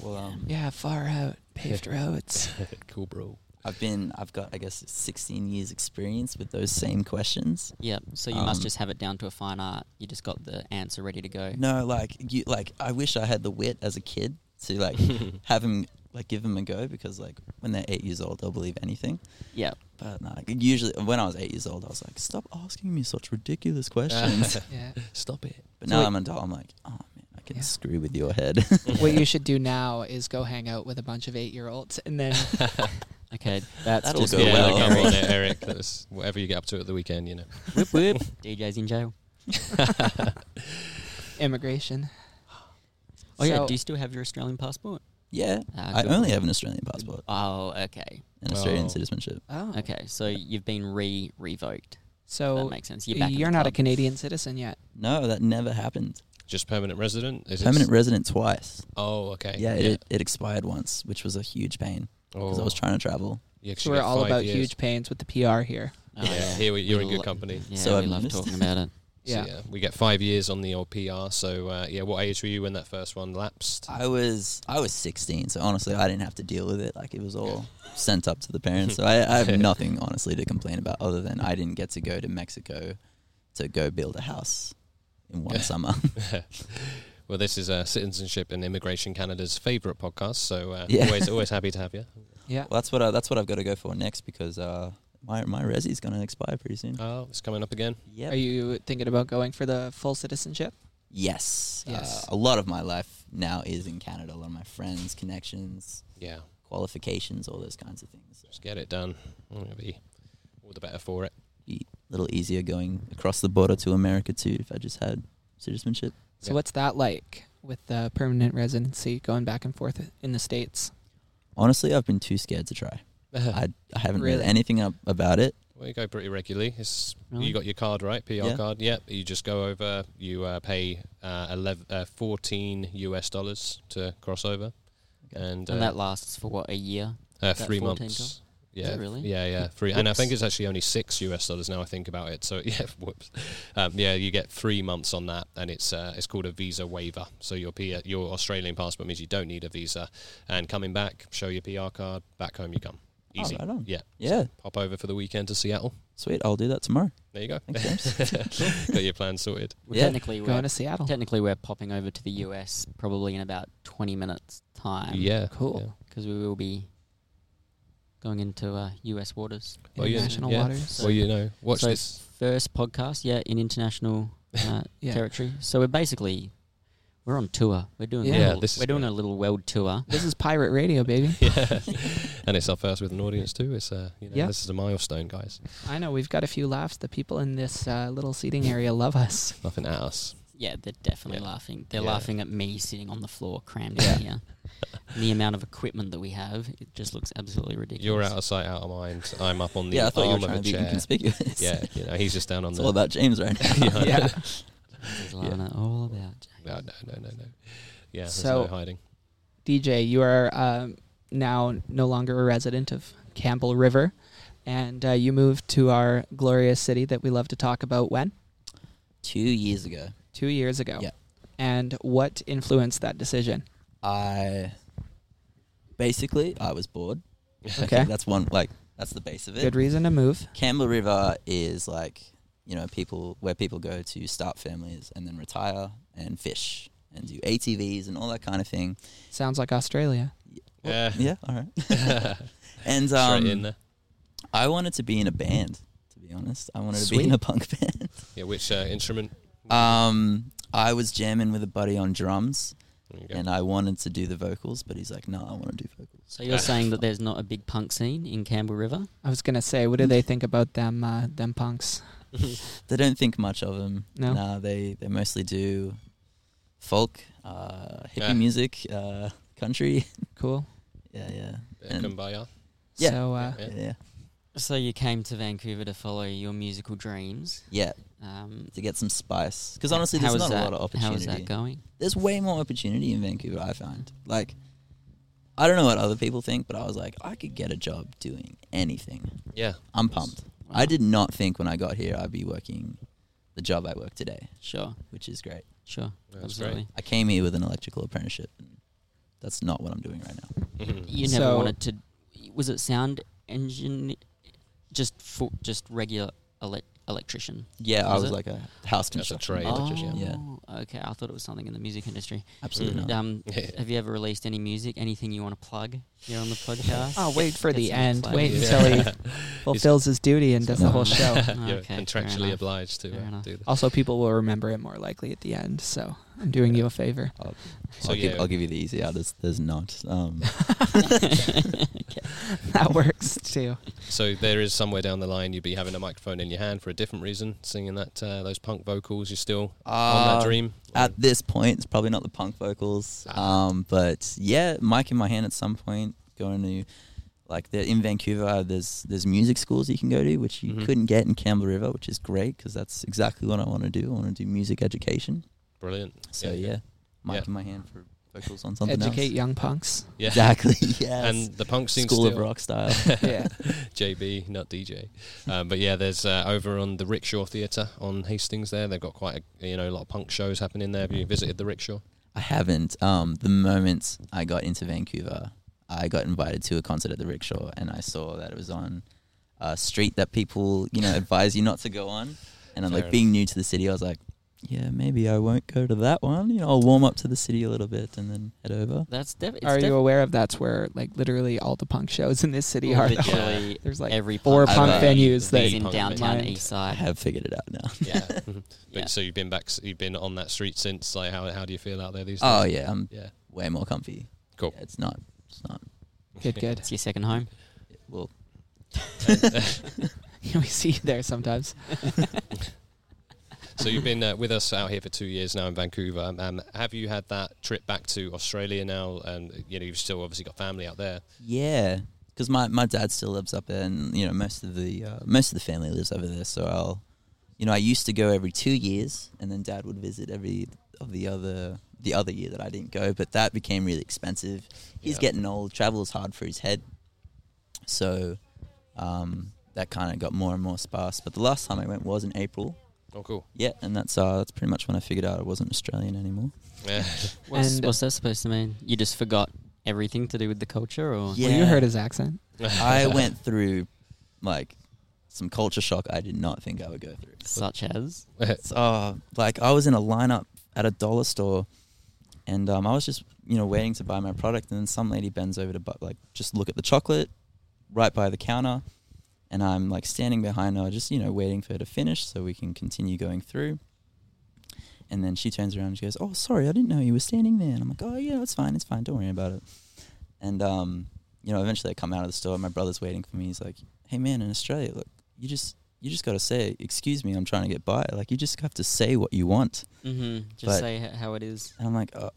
S4: Well, um,
S1: Yeah, far out, paved roads.
S2: cool, bro.
S4: I've been, I've got, I guess, 16 years experience with those same questions.
S3: yeah. So you must
S4: Um,
S3: just have it down to a fine art. You just got the answer ready to go.
S4: No, like you, like I wish I had the wit as a kid to like have him, like give him a go because like when they're eight years old, they'll believe anything.
S3: Yeah,
S4: But no, like, usually when I was eight years old, I was like, stop asking me such ridiculous questions.
S1: yeah.
S2: Stop it.
S4: but
S1: So
S4: now
S1: like-
S4: I'm an adult. I'm like, oh man, I can
S1: Yeah.
S4: screw with your head.
S1: what you should do now is go hang out with a bunch of eight year olds and then
S3: Okay, that's
S4: That'll
S3: just
S4: go
S2: yeah,
S4: well.
S2: come on, there, Eric. That's whatever you get up to at the weekend, you know.
S3: whip whip. DJ's in jail.
S1: immigration.
S3: Oh yeah.
S1: So-
S3: Do you still have your Australian passport?
S4: yeah,
S3: Ah,
S4: I
S3: good.
S4: only have an Australian passport
S3: Oh, okay,
S4: and Australian
S2: Oh.
S4: citizenship.
S1: Oh,
S3: okay. So you've been re revoked. that
S1: So
S3: makes sense. You're back. in the
S1: you're not a
S3: club.
S1: Canadian citizen yet.
S4: No, that never happened.
S2: Just permanent resident? Is it-
S4: Permanent resident twice.
S2: Oh, okay.
S4: Yeah, it, it expired once, which was a huge pain because I
S2: Oh.
S4: was trying to travel.
S2: Yeah, 'cause
S1: So
S2: you
S1: we're
S2: get
S1: all
S2: five
S1: about
S2: years.
S1: huge pains with the PR here.
S3: Oh,
S2: Yeah, here we, you're in good
S3: lo-
S2: company.
S3: Yeah,
S4: So
S3: we
S4: I've
S3: love
S4: missed
S3: talking about it.
S2: Yeah.
S1: Yeah.
S2: yeah, we get five years on the old PR. So uh, yeah, what age were you when that first one lapsed?
S4: I was I was 16, so honestly, I didn't have to deal with it. Like it was all sent up to the parents. So I, I have nothing honestly to complain about other than I didn't get to go to Mexico to go build a house in one summer.
S2: Well, this is uh, Citizenship and Immigration Canada's favourite podcast, so uh,
S4: Yeah.
S2: always always happy to have you.
S1: Yeah.
S4: well, that's what I, that's what I've got to go for next because uh, my my resi's going to expire pretty soon.
S2: Oh, it's coming up again.
S4: Yep.
S1: Are you thinking about going for the full citizenship?
S4: yes.
S1: Yes.
S4: Uh, a lot of my life now is in Canada. A lot of my friends, connections,
S2: Yeah,
S4: qualifications, all those kinds of things.
S2: just get it done. It'll be all the better for it.
S4: little easier going across the border to America too if I just had citizenship.
S1: So
S2: Yeah.
S1: what's that like with the permanent residency going back and forth in the states?
S4: Honestly, I've been too scared to try. Uh, I, I haven't read
S1: Really?
S4: anything up about it.
S2: Well, you go pretty regularly. It's,
S3: Really?
S2: You got your card, right? PR
S4: Yeah.
S2: card. Yep. You just go over. You uh, pay uh, 11, uh, 14 US dollars to cross over,
S4: Okay.
S2: and,
S3: and
S2: uh,
S3: that lasts for what a year.
S2: uh,
S3: that
S2: three
S3: 14
S2: months.
S3: dollars?
S2: Yeah,
S3: it really?
S2: yeah, yeah, three, and I
S3: Whoops.
S2: think it's actually only six US dollars now. I think about it, so yeah, whoops, um, yeah, you get three months on that, and it's uh, it's called a visa waiver. So your P- your Australian passport means you don't need a visa, and coming back, show your PR card, back home you come,
S4: Oh,
S2: easy,
S4: right on.
S2: yeah,
S4: Yeah,
S2: pop over for the weekend to Seattle.
S4: sweet. I'll do that tomorrow.
S2: There you go.
S4: Thanks,
S2: Got your plan sorted.
S3: Well,
S4: Yeah.
S3: Technically,
S1: Going
S3: we're,
S1: to Seattle.
S3: technically we're popping over to the US probably in about twenty minutes time.
S2: yeah.
S1: Cool.
S2: yeah.
S3: because we will be going into uh, US waters.
S2: Well, oh, yeah,
S1: International
S2: yeah.
S1: waters.
S2: Well, you know, watch
S3: so
S2: this.
S3: first podcast, yeah, in international uh,
S1: Yeah.
S3: territory. So we're basically we're on tour. We're doing
S1: Yeah.
S3: a
S1: Yeah,
S3: little,
S2: this is
S3: we're doing
S2: great.
S3: a little world tour.
S1: This is pirate radio, baby.
S2: yeah. and it's our first with an audience too. It's uh, you know,
S1: Yeah.
S2: this is a milestone, guys.
S1: I know we've got a few laughs. The people in this uh, little seating area love us.
S2: Nothing at us.
S3: Yeah, they're definitely
S2: Yeah.
S3: laughing. They're
S2: Yeah.
S3: laughing at me sitting on the floor crammed in here. And the amount of equipment that we have, it just looks absolutely ridiculous.
S2: You're out of sight, out of mind. I'm up on the
S4: yeah, I thought you
S2: arm
S4: were
S2: of
S4: trying
S2: a
S4: to be
S2: chair.
S4: inconspicuous.
S2: Yeah, you know, he's just down on
S4: it's
S2: the.
S4: all about James right now.
S2: yeah, I
S1: Yeah.
S2: know.
S3: This is Lana, all about.
S2: No, no, no, no, no. Yeah, there's
S1: So-
S2: no hiding.
S1: DJ, you are um, now no longer a resident of Campbell River, and uh, you moved to our glorious city that we love to talk about when?
S4: Two years ago,
S1: Two years ago.
S4: Yeah.
S1: And what influenced that decision?
S4: I basically I was bored. I
S1: Okay.
S4: think that's one like that's the base of it.
S1: Good reason to move.
S4: Campbell River is like you know people where people go to start families and then retire and fish and do ATVs and all that kind of thing.
S1: Sounds like Australia.
S2: Yeah.
S4: Yeah, all right. And um,
S2: Straight in there.
S4: I wanted to be in a band. To be honest, I wanted to
S1: Sweet.
S4: be in a punk band.
S2: Yeah, which uh, instrument?
S4: Um, I was jamming with a buddy on drums,
S2: There you go.
S4: and I wanted to do the vocals, but he's like, "No, I want to do vocals."
S3: So you're saying that there's not a big punk scene in Campbell River?
S1: I was gonna say, what do they think about them? Uh, them punks.
S4: They don't think much of them.
S1: No?
S4: nah, they they mostly do folk, uh, hippie
S2: Yeah.
S4: music, uh, country.
S1: Cool.
S4: yeah, yeah,
S2: Bit of Kumbaya.
S4: Yeah.
S1: So uh,
S2: Yeah.
S4: yeah, yeah,
S3: So you came to Vancouver to follow your musical dreams.
S4: yeah.
S3: Um,
S4: To get some spice, because honestly,
S3: how
S4: there's
S3: is
S4: not
S3: that?
S4: a lot of opportunity.
S3: How is that going?
S4: there's way more opportunity in Vancouver. I find like. I don't know what other people think, but I was like, I could get a job doing anything.
S2: Yeah.
S4: I'm pumped. I did not think when I got here I'd be working the job I work today,
S3: Sure,
S4: which is great.
S3: sure,
S2: That's
S3: absolutely.
S4: I came here with an electrical apprenticeship. And that's not what I'm doing right now.
S2: Mhm.
S3: You never
S1: So-
S3: wanted to. Was it sound engine? Just for, just regular elec electrician.
S4: Yeah, I
S3: Was
S4: was
S3: it?
S4: like a
S2: That's a
S4: house construction
S2: trade.
S4: electrician. Yeah,
S3: Oh, okay. I thought it was something in the music industry.
S4: absolutely
S2: Mm.
S4: not.
S3: Um, have you ever released any music? Anything you want to plug here on the podcast?
S1: oh, wait for
S3: Get
S1: the
S3: some
S1: end.
S3: plug.
S1: Wait
S2: Yeah.
S1: until he
S4: Oh,
S1: fulfills his duty and does the whole show.
S2: You're
S3: Okay, fair
S2: contractually
S3: enough.
S2: obliged to
S3: Fair
S2: uh,
S3: enough.
S2: do this.
S1: Also, people will remember it more likely at the end. So I'm doing you a favor.
S4: I'll,
S2: So
S4: I'll, give,
S2: yeah.
S4: I'll give you the easy out. There's, there's not. Um,
S1: That works too.
S2: So there is somewhere down the line you'd be having a microphone in your hand for a different reason, singing that uh, those punk vocals. You're still on
S4: uh,
S2: that dream.
S4: At this point, it's probably not the punk vocals.
S2: Ah.
S4: Um, but yeah, mic in my hand at some point. Going to like the, in Vancouver, there's there's music schools you can go to, which you
S2: Mhm.
S4: couldn't get in Campbell River, which is great because that's exactly what I want to do. I want to do music education.
S2: Brilliant.
S4: So yeah, mic
S2: Yeah.
S4: in my hand for vocals on something
S1: Educate
S4: else.
S1: young punks.
S2: Yeah.
S4: Exactly. Yes.
S2: And the punk scene
S4: School of
S2: still-
S4: Rock style.
S1: yeah.
S2: JB, not DJ. Um, but yeah, there's uh, over on the Rickshaw Theatre on Hastings. There, they've got quite a, you know a lot of punk shows happening there. Have you visited the Rickshaw?
S4: I haven't. Um, the moment I got into Vancouver, I got invited to a concert at the Rickshaw, and I saw that it was on a street that people, you know, advise you not to go on. And I'm
S2: Fair
S4: like, being new to the city, I was like, yeah, maybe I won't go to that one. You know, I'll warm up to the city a little bit and then head over.
S3: That's definitely.
S1: Are you aware of that's where like literally all the punk shows in this city are? though?
S2: Yeah.
S3: literally
S1: There's like
S3: every
S1: four
S4: punk
S1: punk
S4: venue
S1: venues
S2: that
S1: that
S3: is in
S2: punk
S3: downtown
S1: venue.
S3: east
S4: I
S3: side.
S4: have figured it out now.
S2: Yeah. Mhm. but
S3: Yeah.
S2: so you've been back. s- You've been on that street since. Like, how how do you feel out there these days?
S4: Oh yeah, I'm
S2: yeah.
S4: way more comfy.
S2: Cool.
S4: Yeah, it's not. It's not.
S1: Good, good.
S3: It's your second home.
S4: Well,
S1: we see you there sometimes.
S2: So you've been uh, with us out here for two years now in Vancouver. Um, Um, have you had that trip back to Australia now? And you know you've still obviously got family out there.
S4: yeah. because my, my dad still lives up there, and you know most of the uh, most of the family lives over there. So I'll, you know, I used to go every two years, and then dad would visit every of the other the other year that I didn't go. But that became really expensive. He's
S2: Yeah.
S4: getting old. Travel is hard for his head, so um, that kind of got more and more sparse. But the last time I went was in April.
S2: Oh, cool.
S4: Yeah, and that's uh, that's pretty much when I figured out I wasn't Australian anymore.
S2: Yeah.
S3: What's,
S1: And-
S3: what's that supposed to mean? You just forgot everything to do with the culture, or
S4: Yeah.
S1: Well, you heard his accent.
S4: I went through like some culture shock I did not think I would go through.
S3: such as?
S4: It's, uh, like I was in a lineup at a dollar store, and um, I was just you know waiting to buy my product, and then some lady bends over to bu- like just look at the chocolate right by the counter, and I'm like standing behind her, just you know waiting for her to finish so we can continue going through. And then she turns around and she goes, "Oh, sorry, I didn't know you were standing there." And I'm like, "Oh yeah, it's fine, it's fine, don't worry about it." And um, you know, eventually I come out of the store. My brother's waiting for me. He's like, "Hey man, in Australia, look, you just you just got to say, excuse me, I'm trying to get by. Like, you just have to say what you want.
S3: hmm
S1: Mm-hmm.
S3: Just
S4: But-
S3: say h- how it is.
S4: And I'm like, uh,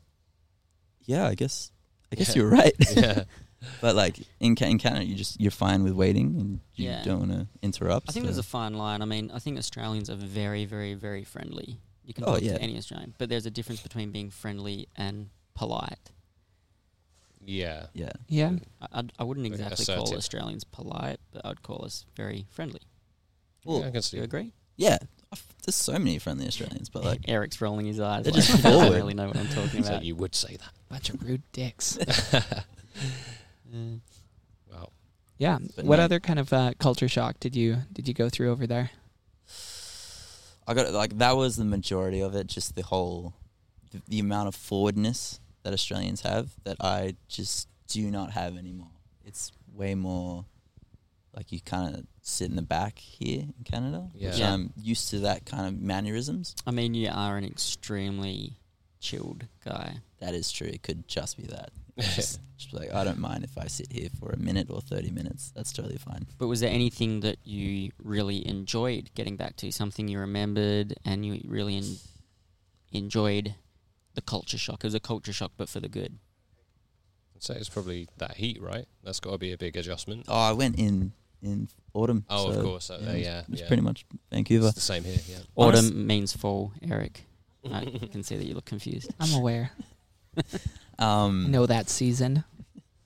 S4: yeah, I guess, I guess
S2: Yeah.
S4: you're right.
S2: yeah.
S4: but like in, Ca- in Canada, you just, you're fine with waiting and you
S3: Yeah.
S4: don't want to interrupt.
S3: I think
S4: so-
S3: there's a fine line. I mean, I think Australians are very, very, very friendly. You can
S4: Oh,
S3: talk
S4: yeah.
S3: to any Australian, but there's a difference between being friendly and polite.
S2: Yeah.
S4: yeah.
S1: Yeah.
S3: I, I'd- I wouldn't
S2: Very
S3: exactly call
S2: assertive.
S3: Australians polite, but I'd call us very friendly.
S4: Well,
S2: yeah, I can
S3: Do
S2: see.
S3: you agree?
S4: Yeah. There's so many friendly Australians, but like,
S3: Eric's rolling his eyes.
S4: They're
S3: like,
S4: just
S3: I don't
S4: forward.
S3: really know what I'm talking
S2: So
S3: about.
S2: you would say that.
S1: Bunch of rude dicks.
S3: Yeah.
S2: Wow.
S1: Yeah.
S4: But
S1: what
S4: no.
S1: other kind of uh, culture shock did you did you go through over there?
S4: I got like, that was the majority of it. Just the whole, the, the amount of forwardness that Australians have that I just do not have anymore. It's way more like you kind of sit in the back here in Canada.
S2: Yeah.
S4: which
S3: Yeah.
S4: I'm used to that kind of mannerisms.
S3: I mean, you are an extremely chilled guy.
S4: That is true. It could just be that. Just, just like I don't mind if I sit here for a minute or thirty minutes. That's totally fine.
S3: But was there anything that you really enjoyed getting back to? Something you remembered and you really en- enjoyed the culture shock? It was a culture shock, but for the good.
S2: So it's probably that heat, right? That's got to be a big adjustment.
S4: Oh, I went in in autumn.
S2: Oh,
S4: so,
S2: of course. Uh,
S4: yeah, it's-
S2: yeah.
S4: It's
S2: yeah.
S4: pretty much Vancouver.
S2: It's the same here. Yeah.
S3: Autumn
S4: Honest-
S3: means fall, Eric. I can see that you look confused.
S1: I'm aware. I
S4: Um,
S1: know that season.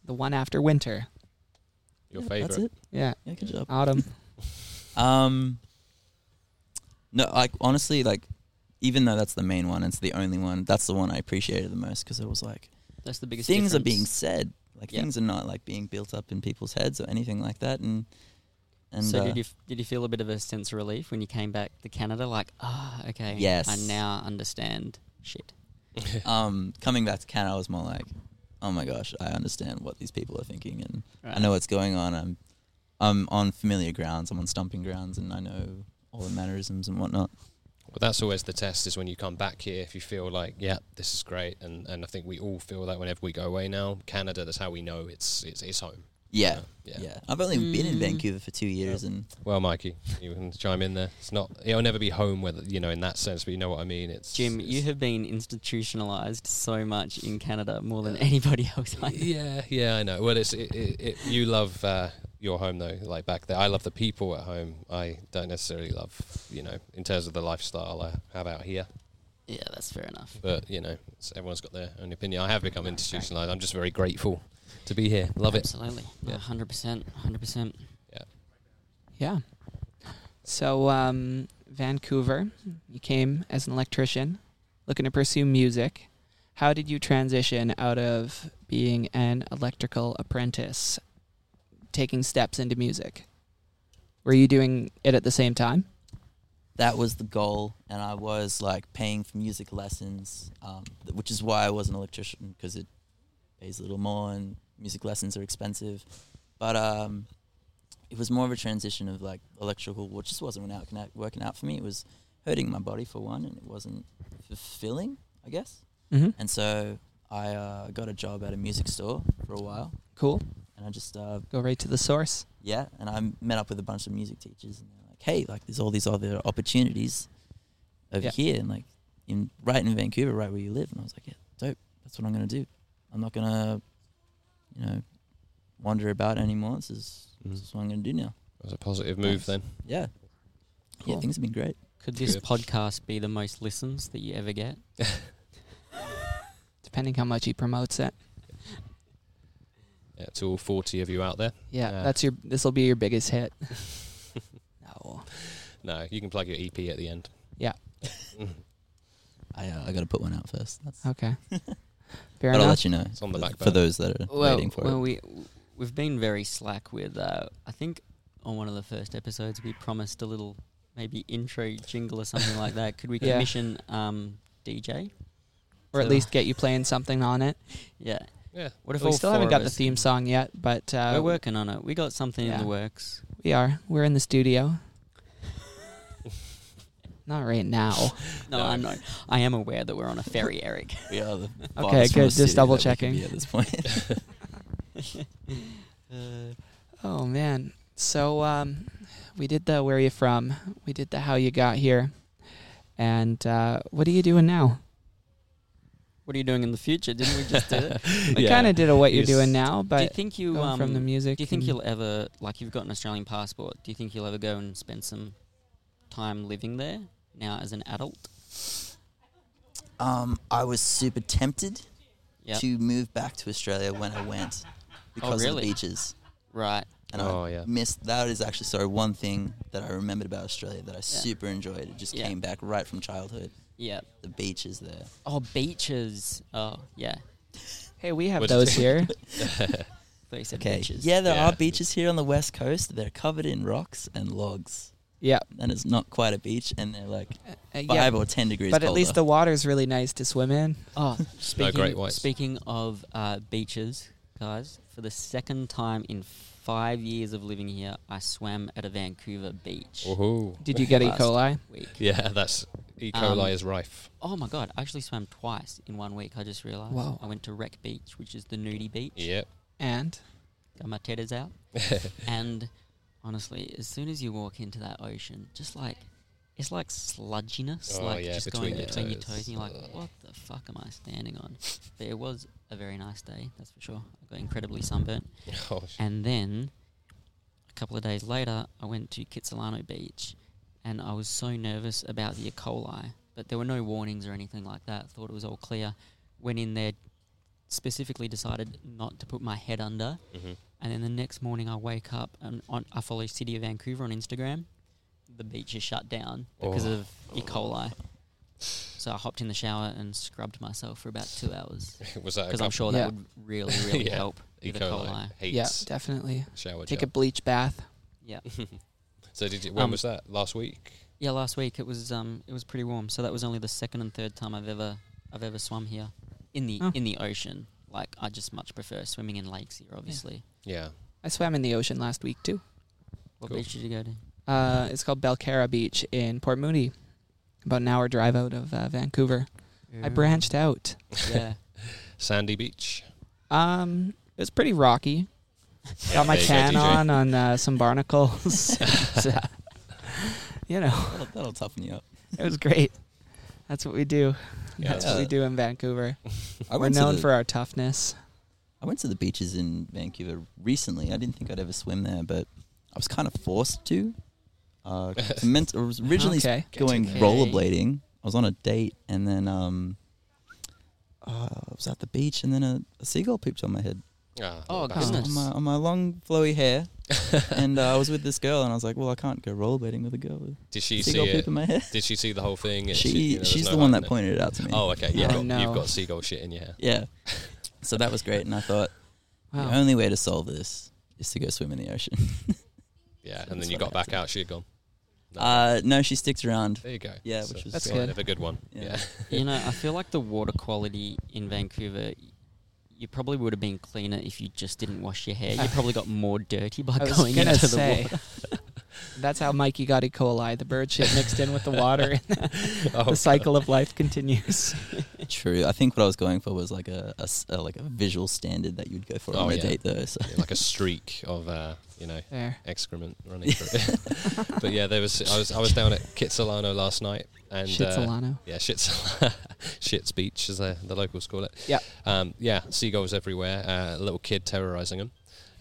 S1: The one after winter.
S2: Your
S4: yeah, That's
S2: favorite.
S4: it.
S1: Yeah.
S4: Yeah, good job.
S1: Autumn.
S4: Um, no, like honestly, like even though that's the main one, it's the only one. That's the one I appreciated the most because it was like
S3: That's the biggest
S4: things are
S3: difference.
S4: being said. Like
S3: Yeah.
S4: things are not like being built up in people's heads or anything like that. And and
S3: so
S4: uh,
S3: did you f- did you feel a bit of a sense of relief when you came back to Canada? Like, ah, okay,
S4: Yes.
S3: I now understand shit.
S4: um, coming back to Canada, I was more like, oh my gosh, I understand what these people are thinking, and
S3: Right.
S4: I know what's going on. I'm, I'm on familiar grounds. I'm on stomping grounds, and I know all the mannerisms and whatnot.
S2: Well, that's always the test is when you come back here, if you feel like, yeah, this is great. And, and I think we all feel that whenever we go away now. Canada, that's how we know it's it's, it's home.
S4: Yeah,
S2: yeah.
S4: yeah. I've only been in
S3: Mm.
S4: Vancouver for two years, and
S2: Well, Mikey, you can chime in there. It's not, it'll never be home, whether, you know, in that sense, but you know what I mean. It's
S3: Jim,
S2: it's,
S3: you have been institutionalized so much in Canada more than anybody else. I know.
S2: yeah, yeah, I know. Well, it's it, it, it, you love uh, your home though, like back there. I love the people at home. I don't necessarily love, you know, in terms of the lifestyle I have out here.
S3: Yeah, that's fair enough.
S2: But you know, it's, everyone's got their own opinion. I have become institutionalized. I'm just very grateful to be here. Love it.
S3: Absolutely.
S2: Yeah.
S3: Hundred percent. Hundred percent.
S1: Yeah. So um, Vancouver, you came as an electrician, looking to pursue music. How did you transition out of being an electrical apprentice, taking steps into music? Were you doing it at the same time?
S4: that was the goal. And I was like paying for music lessons, um, th- which is why I was an electrician because it pays a little more, and music lessons are expensive. But um, it was more of a transition of like electrical, which just wasn't out- connect- working out for me. It was hurting my body for one, and it wasn't fulfilling, I guess.
S1: Mm-hmm.
S4: And so I uh, got a job at a music store for a while,
S1: Cool.
S4: and I just uh,
S1: Go right to the source.
S4: yeah, and I met up with a bunch of music teachers, and they're like, "Hey, like, there's all these other opportunities over
S1: Yeah.
S4: here, and like, in right in Vancouver, right where you live." And I was like, "Yeah, dope. That's what I'm gonna do. I'm not gonna, you know, wander about anymore. This is,
S2: Mm.
S4: this is what I'm going to do now.
S2: It was a positive move
S4: Nice.
S2: then.
S4: Yeah. Yeah,
S3: Cool.
S4: things have been great.
S3: Could this
S2: Good.
S3: podcast be the most listens that you ever get?
S1: depending how much he promotes it.
S2: Yeah, to all 40 of you out there.
S1: Yeah,
S2: Yeah.
S1: that's your. This will be your biggest hit. no,
S2: No, you can plug your EP at the end. Mm.
S4: I uh, I got to put one out first. That's,
S1: okay, fair
S4: but I'll
S1: enough.
S4: let you know.
S2: It's on the
S4: for-
S2: back
S4: for
S2: burner.
S4: those that are
S3: Well,
S4: waiting for
S3: well,
S4: it.
S3: we we've been very slack with. Uh, I think on one of the first episodes we promised a little maybe intro jingle or something like that. Could we
S1: Yeah.
S3: commission um, DJ?
S1: Or at
S3: So-
S1: least get you playing something on it.
S3: Yeah.
S2: Yeah.
S3: What if
S1: we
S3: all
S1: still
S3: four
S1: haven't
S3: of
S1: got the
S3: us-
S1: theme song yet, but uh,
S3: We're working on it. We got something in
S1: Yeah.
S3: the works.
S1: we are. We're in the studio. Not right now.
S3: No,
S2: No.
S3: I know. I am aware that we're on a ferry, Eric.
S4: We are the
S1: Okay,
S4: farthest from
S1: good,
S4: a
S1: just
S4: city that
S1: double
S4: we could
S1: checking.
S4: be at this point.
S3: Uh,
S1: Oh man. So um, we did the where you from. We did the how you got here. And uh, what are you doing now?
S3: What are you doing in the future? Didn't we just do it?
S1: We kind of did a what you're
S2: Yes.
S1: doing now,
S3: do you
S1: but
S3: think you
S1: going
S3: um,
S1: from the music.
S3: Do you think
S1: and-
S3: you'll ever like you've got an Australian passport? Do you think you'll ever go and spend some time living there now as an adult?
S4: Um, I was super tempted
S3: Yep.
S4: to move back to Australia when I went because of
S3: really?
S4: the beaches.
S3: Right.
S4: And
S2: Oh,
S4: I
S2: yeah.
S4: missed that is actually sorry one thing that I remembered about Australia that I super enjoyed. It just
S3: Yeah.
S4: came back right from childhood.
S3: Yeah.
S4: The beaches there.
S3: Oh, beaches. Oh, yeah.
S1: Hey, we have
S2: What do you
S1: those
S2: think?
S1: here.
S3: Thought you said
S4: Okay.
S3: beaches.
S4: Yeah, there
S2: Yeah.
S4: are beaches here on the west coast. They're covered in rocks and logs.
S1: Yeah.
S4: And it's not quite a beach and they're like
S1: Uh, yeah.
S4: five or ten degrees.
S1: But at least the
S4: colder.
S1: water's really nice to swim in.
S3: Oh, speaking,
S2: great whites.
S3: speaking of uh, beaches, guys, for the second time in five years of living here, I swam at a Vancouver beach
S2: Woohoo.
S1: Did you get E.
S3: Last
S1: coli?
S3: week.
S2: Yeah, that's E.
S3: Um,
S2: coli is rife.
S3: Oh my god, I actually swam twice in one week. I just realized.
S1: Wow.
S3: I went to Wreck Beach, which is the nudie beach.
S2: Yep.
S1: And
S3: Got my tetters out. and honestly, as soon as you walk into that ocean, just like it's like sludginess,
S2: Oh,
S3: like
S2: yeah,
S3: just
S2: between
S3: going
S2: your
S3: between your
S2: toes.
S3: toes, and you're like,
S2: Ugh.
S3: what the fuck am I standing on? But it was a very nice day, that's for sure. I got incredibly sunburnt.
S2: Oh, sh-
S3: And then a couple of days later, I went to Kitsilano Beach and I was so nervous about the E. coli, but there were no warnings or anything like that. Thought it was all clear. Went in there, specifically decided not to put my head under.
S2: mhm.
S3: And then the next morning, I wake up and on, I follow City of Vancouver on Instagram. The beach is shut down because
S2: Oh.
S3: of E. coli. So I hopped in the shower and scrubbed myself for about two hours
S2: Was that a
S3: because I'm
S2: couple-
S3: sure
S1: Yeah.
S3: that would really, really
S2: Yeah.
S3: help
S2: E.
S3: with E.
S2: coli,
S3: coli.
S2: hates
S1: yeah, definitely.
S2: shower
S1: Take a
S2: gel.
S1: bleach bath.
S3: Yeah,
S2: So did you, when
S3: Um,
S2: was that? Last week?
S3: yeah. Last week it was um it was pretty warm, so that was only the second and third time I've ever I've ever swum here in the
S1: Oh.
S3: in the ocean. Like I just much prefer swimming in lakes here, obviously.
S2: Yeah.
S1: I swam in the ocean last week too.
S3: What
S2: Cool.
S3: beach did you go to?
S1: Uh, it's called Belcara Beach in Port Moody, about an hour drive out of uh, Vancouver. I branched out.
S3: Yeah,
S2: Sandy Beach.
S1: Um, it was pretty rocky. Got my
S2: there you go,
S1: tan
S2: DJ.
S1: on on uh, some barnacles. So, you know,
S4: that'll, that'll toughen you up.
S1: it was great. That's what we do.
S2: Yeah.
S1: That's what we do in Vancouver.
S4: I
S1: We're
S4: went to
S1: known
S4: the-
S1: for our toughness.
S4: I went to the beaches in Vancouver recently. I didn't think I'd ever swim there, but I was kind of forced to. Uh, to ment- I was originally s-
S1: Okay.
S4: going
S3: Okay.
S4: rollerblading. I was on a date, and then um, uh, I was at the beach, and then a, a seagull pooped on my head
S2: Ah,
S3: Oh,
S2: little
S3: goodness.
S2: bastard.
S4: on my, on my long flowy hair. and uh, I was with this girl, and I was like, "Well, I can't go rollerblading with a girl with
S2: Did she see
S4: seagull poop
S2: it?
S4: in my hair."
S2: Did she see the whole thing? It-
S4: She,
S2: you know, there's
S4: she's
S2: no
S4: the one
S2: hiding
S4: that
S2: it.
S4: pointed it out to me.
S2: Oh, okay. Yeah,
S1: Oh,
S2: you've got-
S1: no.
S2: you've got seagull shit in your hair.
S4: yeah. So that was great, and I thought the
S1: Wow.
S4: only way to solve this is to go swim in the ocean.
S2: Yeah, and then
S4: That's
S2: you
S4: what
S2: got back
S4: happened.
S2: out. She had gone. No.
S4: Uh, no, she sticks around.
S2: there you go.
S4: yeah,
S2: So
S4: which was
S1: That's
S2: kind
S1: good.
S2: of a good one.
S4: Yeah.
S2: Yeah.
S3: you know, I feel like the water quality in Vancouver, you probably would have been cleaner if you just didn't wash your hair. You probably got more dirty by
S1: I was
S3: going
S1: gonna
S3: into the
S1: say
S3: water.
S1: that's how Mikey got E. coli. The bird shit mixed in with the water, and
S2: Oh,
S1: the cycle of life continues.
S4: True. I think what I was going for was like a, a s- a- like a visual standard that you'd go for
S2: Oh,
S4: on a
S2: yeah.
S4: date, though. So
S2: Yeah, like a streak of uh, you know
S1: There.
S2: excrement running through it. but yeah, there was I was I was down at Kitsilano last night and Uh,
S1: Shitsilano.
S2: yeah, Shits Shits Beach as the, the locals call it.
S1: Yeah.
S2: Um, yeah, seagulls everywhere. Uh, a little kid terrorizing them.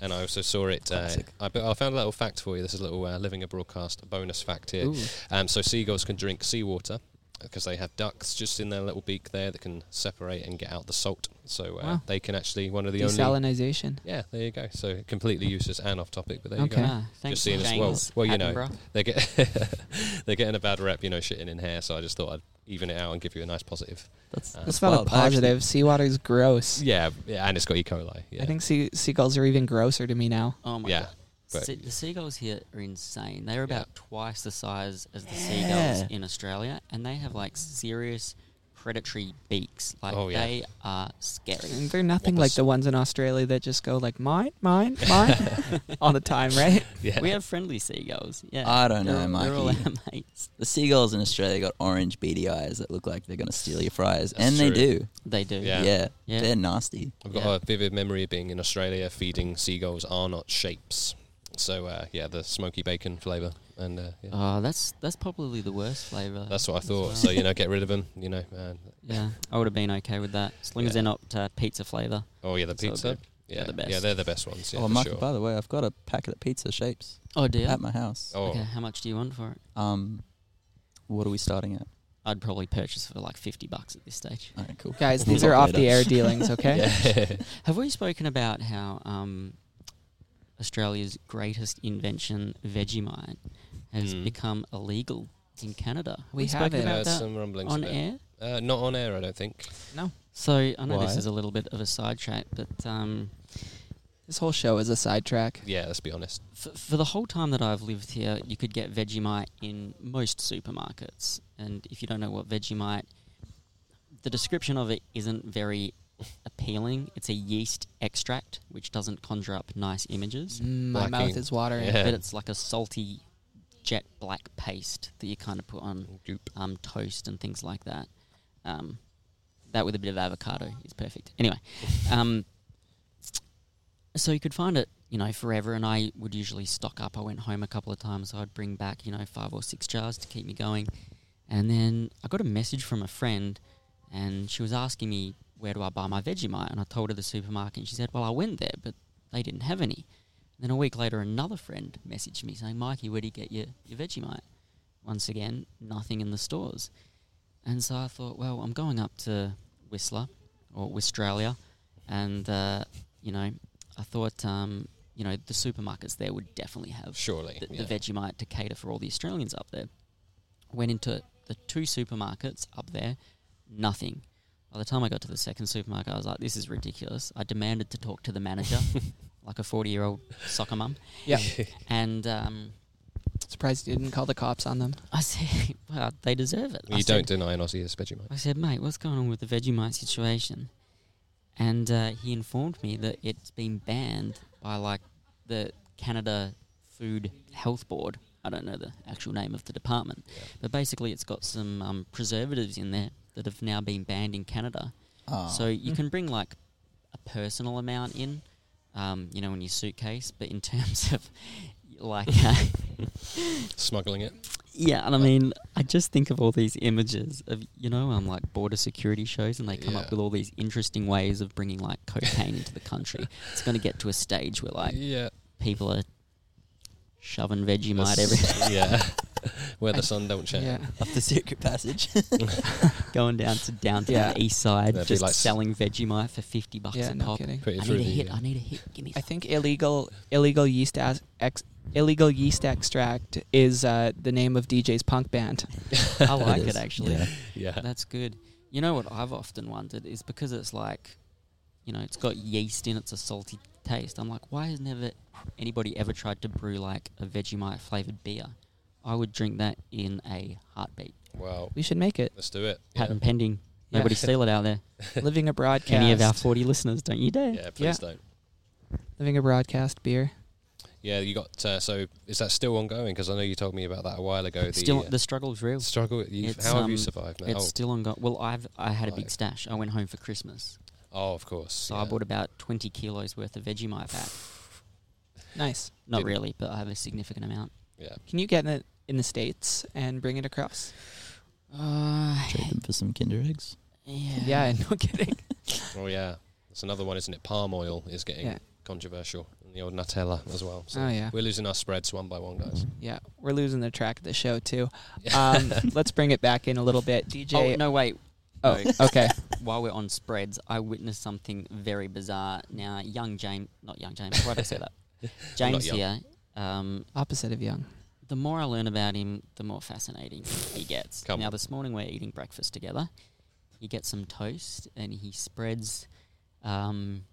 S2: and I also saw it. Uh,
S4: Classic.
S2: I, but I found a little fact for you. This is a little uh, living a broadcast bonus fact here.
S1: Ooh.
S2: Um, so seagulls can drink seawater because they have ducts just in their little beak there that can separate and get out the salt. So uh,
S1: Wow.
S2: they can actually one of the only.
S1: Desalinization.
S2: Yeah, there you go. So completely useless and off topic, but there you
S1: Okay.
S2: go.
S3: Ah, thanks,
S2: seeing as
S3: James
S2: well- well, you know.
S3: Attenborough.
S2: They get they're getting a bad rep, you know, shitting in hair. So I just thought I'd even it out and give you a nice positive.
S4: That's,
S2: Uh,
S4: that's,
S1: That's not
S4: wild.
S1: a
S4: I actually-
S1: positive. Seawater's gross.
S2: Yeah, yeah, and it's got E. coli. Yeah,
S1: I think sea- seagulls are even grosser to me now.
S3: Oh my
S2: yeah.
S3: god.
S2: but-
S3: Se- the seagulls here are insane. They're
S2: Yeah.
S3: about twice the size as the
S4: Yeah.
S3: seagulls in Australia, and they have like serious predatory beaks. Like
S2: Oh, yeah.
S3: they are scary.
S1: And they're nothing
S2: What
S1: like
S2: the
S1: the ones in Australia that just go like mine, mine, mine all the time, right?
S2: Yeah,
S3: We have friendly seagulls. Yeah,
S4: I don't
S3: They're-
S4: know,
S3: They're all
S4: Mikey.
S3: our mates.
S4: The seagulls in Australia got orange beady eyes that look like they're going to steal your fries,
S2: That's
S4: and they
S2: true.
S4: do.
S3: They do.
S2: Yeah.
S4: Yeah.
S3: Yeah.
S4: they're nasty.
S2: I've got
S3: Yeah.
S2: a vivid memory of being in Australia feeding seagulls are not shapes. So uh, yeah, the smoky bacon flavour, and uh, yeah.
S3: Oh, that's that's probably the worst flavour.
S2: that's what I
S3: as
S2: thought.
S3: well.
S2: So you know, get rid of them. You know, uh,
S3: yeah, I would have been okay with that as long as they're not uh, pizza flavour.
S2: oh yeah, the
S3: That's all
S2: pizza.
S3: good.
S2: Yeah,
S3: They're the best.
S2: yeah, they're the best ones. Yeah,
S4: oh,
S2: for
S4: Mikey,
S2: sure.
S4: by the way, I've got a packet of pizza shapes
S3: Oh dear.
S4: at my house.
S2: Oh,
S3: Okay, how much do you want for it?
S4: Um, what are we starting at?
S3: I'd probably purchase for like fifty bucks at this stage.
S4: All right, cool.
S1: Guys,
S4: We'll
S1: these
S4: talk
S1: are off the
S4: later.
S1: air dealings, okay?
S2: yeah.
S3: Have we spoken about how um, Australia's greatest invention, Vegemite, has
S2: Mm.
S3: become illegal in Canada?
S1: We
S3: spoken
S1: haven't.
S3: about
S2: Heard
S3: that
S2: some rumblings
S3: on
S2: of it.
S3: air.
S2: Uh, not on air, I don't think.
S3: So I know this
S4: Why?
S3: is a little bit of a sidetrack, but um,
S1: This whole show is a sidetrack.
S2: Yeah, let's be honest.
S3: for, for the whole time that I've lived here, you could get Vegemite in most supermarkets. And if you don't know what Vegemite, the description of it isn't very appealing. It's a yeast extract, which doesn't conjure up nice images,
S1: Mm, my
S2: Blacking.
S1: mouth is watering.
S2: Yeah.
S3: but it's like a salty jet black paste that you kind of put on
S2: Oh, Goop.
S3: um, toast and things like that. Um, that with a bit of avocado is perfect. Anyway, um, so you could find it, you know, forever. And I would usually stock up. I went home a couple of times. So I'd bring back, you know, five or six jars to keep me going. And then I got a message from a friend, and she was asking me where do I buy my Vegemite, and I told her the supermarket. And she said, well, I went there, but they didn't have any. And then a week later, another friend messaged me saying, Mikey, where do you get your, your Vegemite? once again, nothing in the stores. And so I thought, well, I'm going up to Whistler or Wistralia, and uh, you know, I thought, um, you know, the supermarkets there would definitely have
S2: Surely.
S3: the,
S2: yeah.
S3: the Vegemite to cater for all the Australians up there. Went into the two supermarkets up there, nothing. By the time I got to the second supermarket, I was like, this is ridiculous. I demanded to talk to the manager, like a 40 year old soccer mum.
S1: Yeah.
S3: And um,
S1: Surprised you didn't call the cops on them.
S3: I said, well, they deserve it. I
S2: you
S3: said,
S2: don't deny an Aussie is Vegemite.
S3: I said, mate, what's going on with the Vegemite situation? And uh, he informed me that it's been banned by like the Canada Food Health Board. I don't know the actual name of the department,
S2: Yeah.
S3: but basically it's got some um, preservatives in there that have now been banned in Canada.
S4: Oh,
S3: So you
S1: Mm.
S3: can bring like a personal amount in, um, you know, in your suitcase, but in terms of like. Uh,
S2: Smuggling it.
S3: Yeah, and I mean, I just think of all these images of you know, um, like border security shows, and they come
S2: Yeah.
S3: up with all these interesting ways of bringing like cocaine into the country. It's going to get to a stage where like
S2: yeah.
S3: people are shoving Vegemite
S2: The
S3: every
S2: s- yeah. Where the sun don't shine.
S1: Yeah.
S4: up the secret passage.
S3: going down to downtown
S1: Yeah.
S3: east side,
S2: That'd be
S3: just
S2: like s-
S3: selling Vegemite for fifty bucks
S1: yeah,
S3: a
S1: no
S3: pop.
S1: kidding.
S2: Put it
S3: I
S2: through
S3: need a
S2: the,
S3: hit.
S2: uh,
S3: I need a hit. Give me.
S1: I think illegal illegal yeast as, ex, illegal yeast extract is uh, the name of DJ's punk band.
S3: that. I like it,
S4: It is,
S3: actually.
S4: yeah.
S2: yeah.
S3: That's good. You know what I've often wondered is because it's like, you know, it's got yeast in it, it's a salty taste. I'm like, why has never anybody ever tried to brew like a Vegemite flavored beer? I would drink that in a heartbeat.
S2: Wow.
S1: We should make it.
S2: Let's do it. Yeah.
S3: Patent pending.
S1: Yeah.
S3: Nobody steal it out there.
S1: Living a broadcast.
S3: Any of our 40 listeners, don't you dare.
S2: Yeah, please don't.
S1: Living a broadcast beer.
S2: Yeah, you got. Uh, so is that still ongoing? Because I know you told me about that a while ago. The,
S3: Still,
S2: uh,
S3: the struggle's real.
S2: struggle. You,
S3: It's,
S2: how have you
S3: um,
S2: survived? Mate?
S3: It's still ongoing. Well, I've I had a
S2: Right.
S3: big stash. I went home for Christmas,
S2: Oh, oh, of course.
S3: so
S2: yeah.
S3: I bought about 20 kilos worth of Vegemite back.
S1: Nice.
S3: Not
S2: Did-
S3: really, but I have a significant amount.
S2: Yeah.
S1: Can you get it in the states and bring it across?
S3: Uh,
S4: Trade them for some Kinder eggs.
S1: Yeah, no kidding.
S2: Oh yeah. That's another one, isn't it? Palm oil is getting
S1: Yeah.
S2: controversial. and the old Nutella as well. So
S1: Oh, yeah.
S2: we're losing our spreads one by one, guys.
S1: Yeah, we're losing the track of the show too. Um, let's bring it back in a little bit, DJ.
S3: Oh no, wait.
S1: Oh,
S3: no.
S1: okay.
S3: While we're on spreads, I witnessed something very bizarre. Now, young James, not young James. Why did I say that? James
S2: young.
S3: here. Um,
S1: Opposite of young.
S3: the more I learn about him, the more fascinating he gets.
S2: Come
S3: now,
S2: on.
S3: this morning we're eating breakfast together. He gets some toast and he spreads um,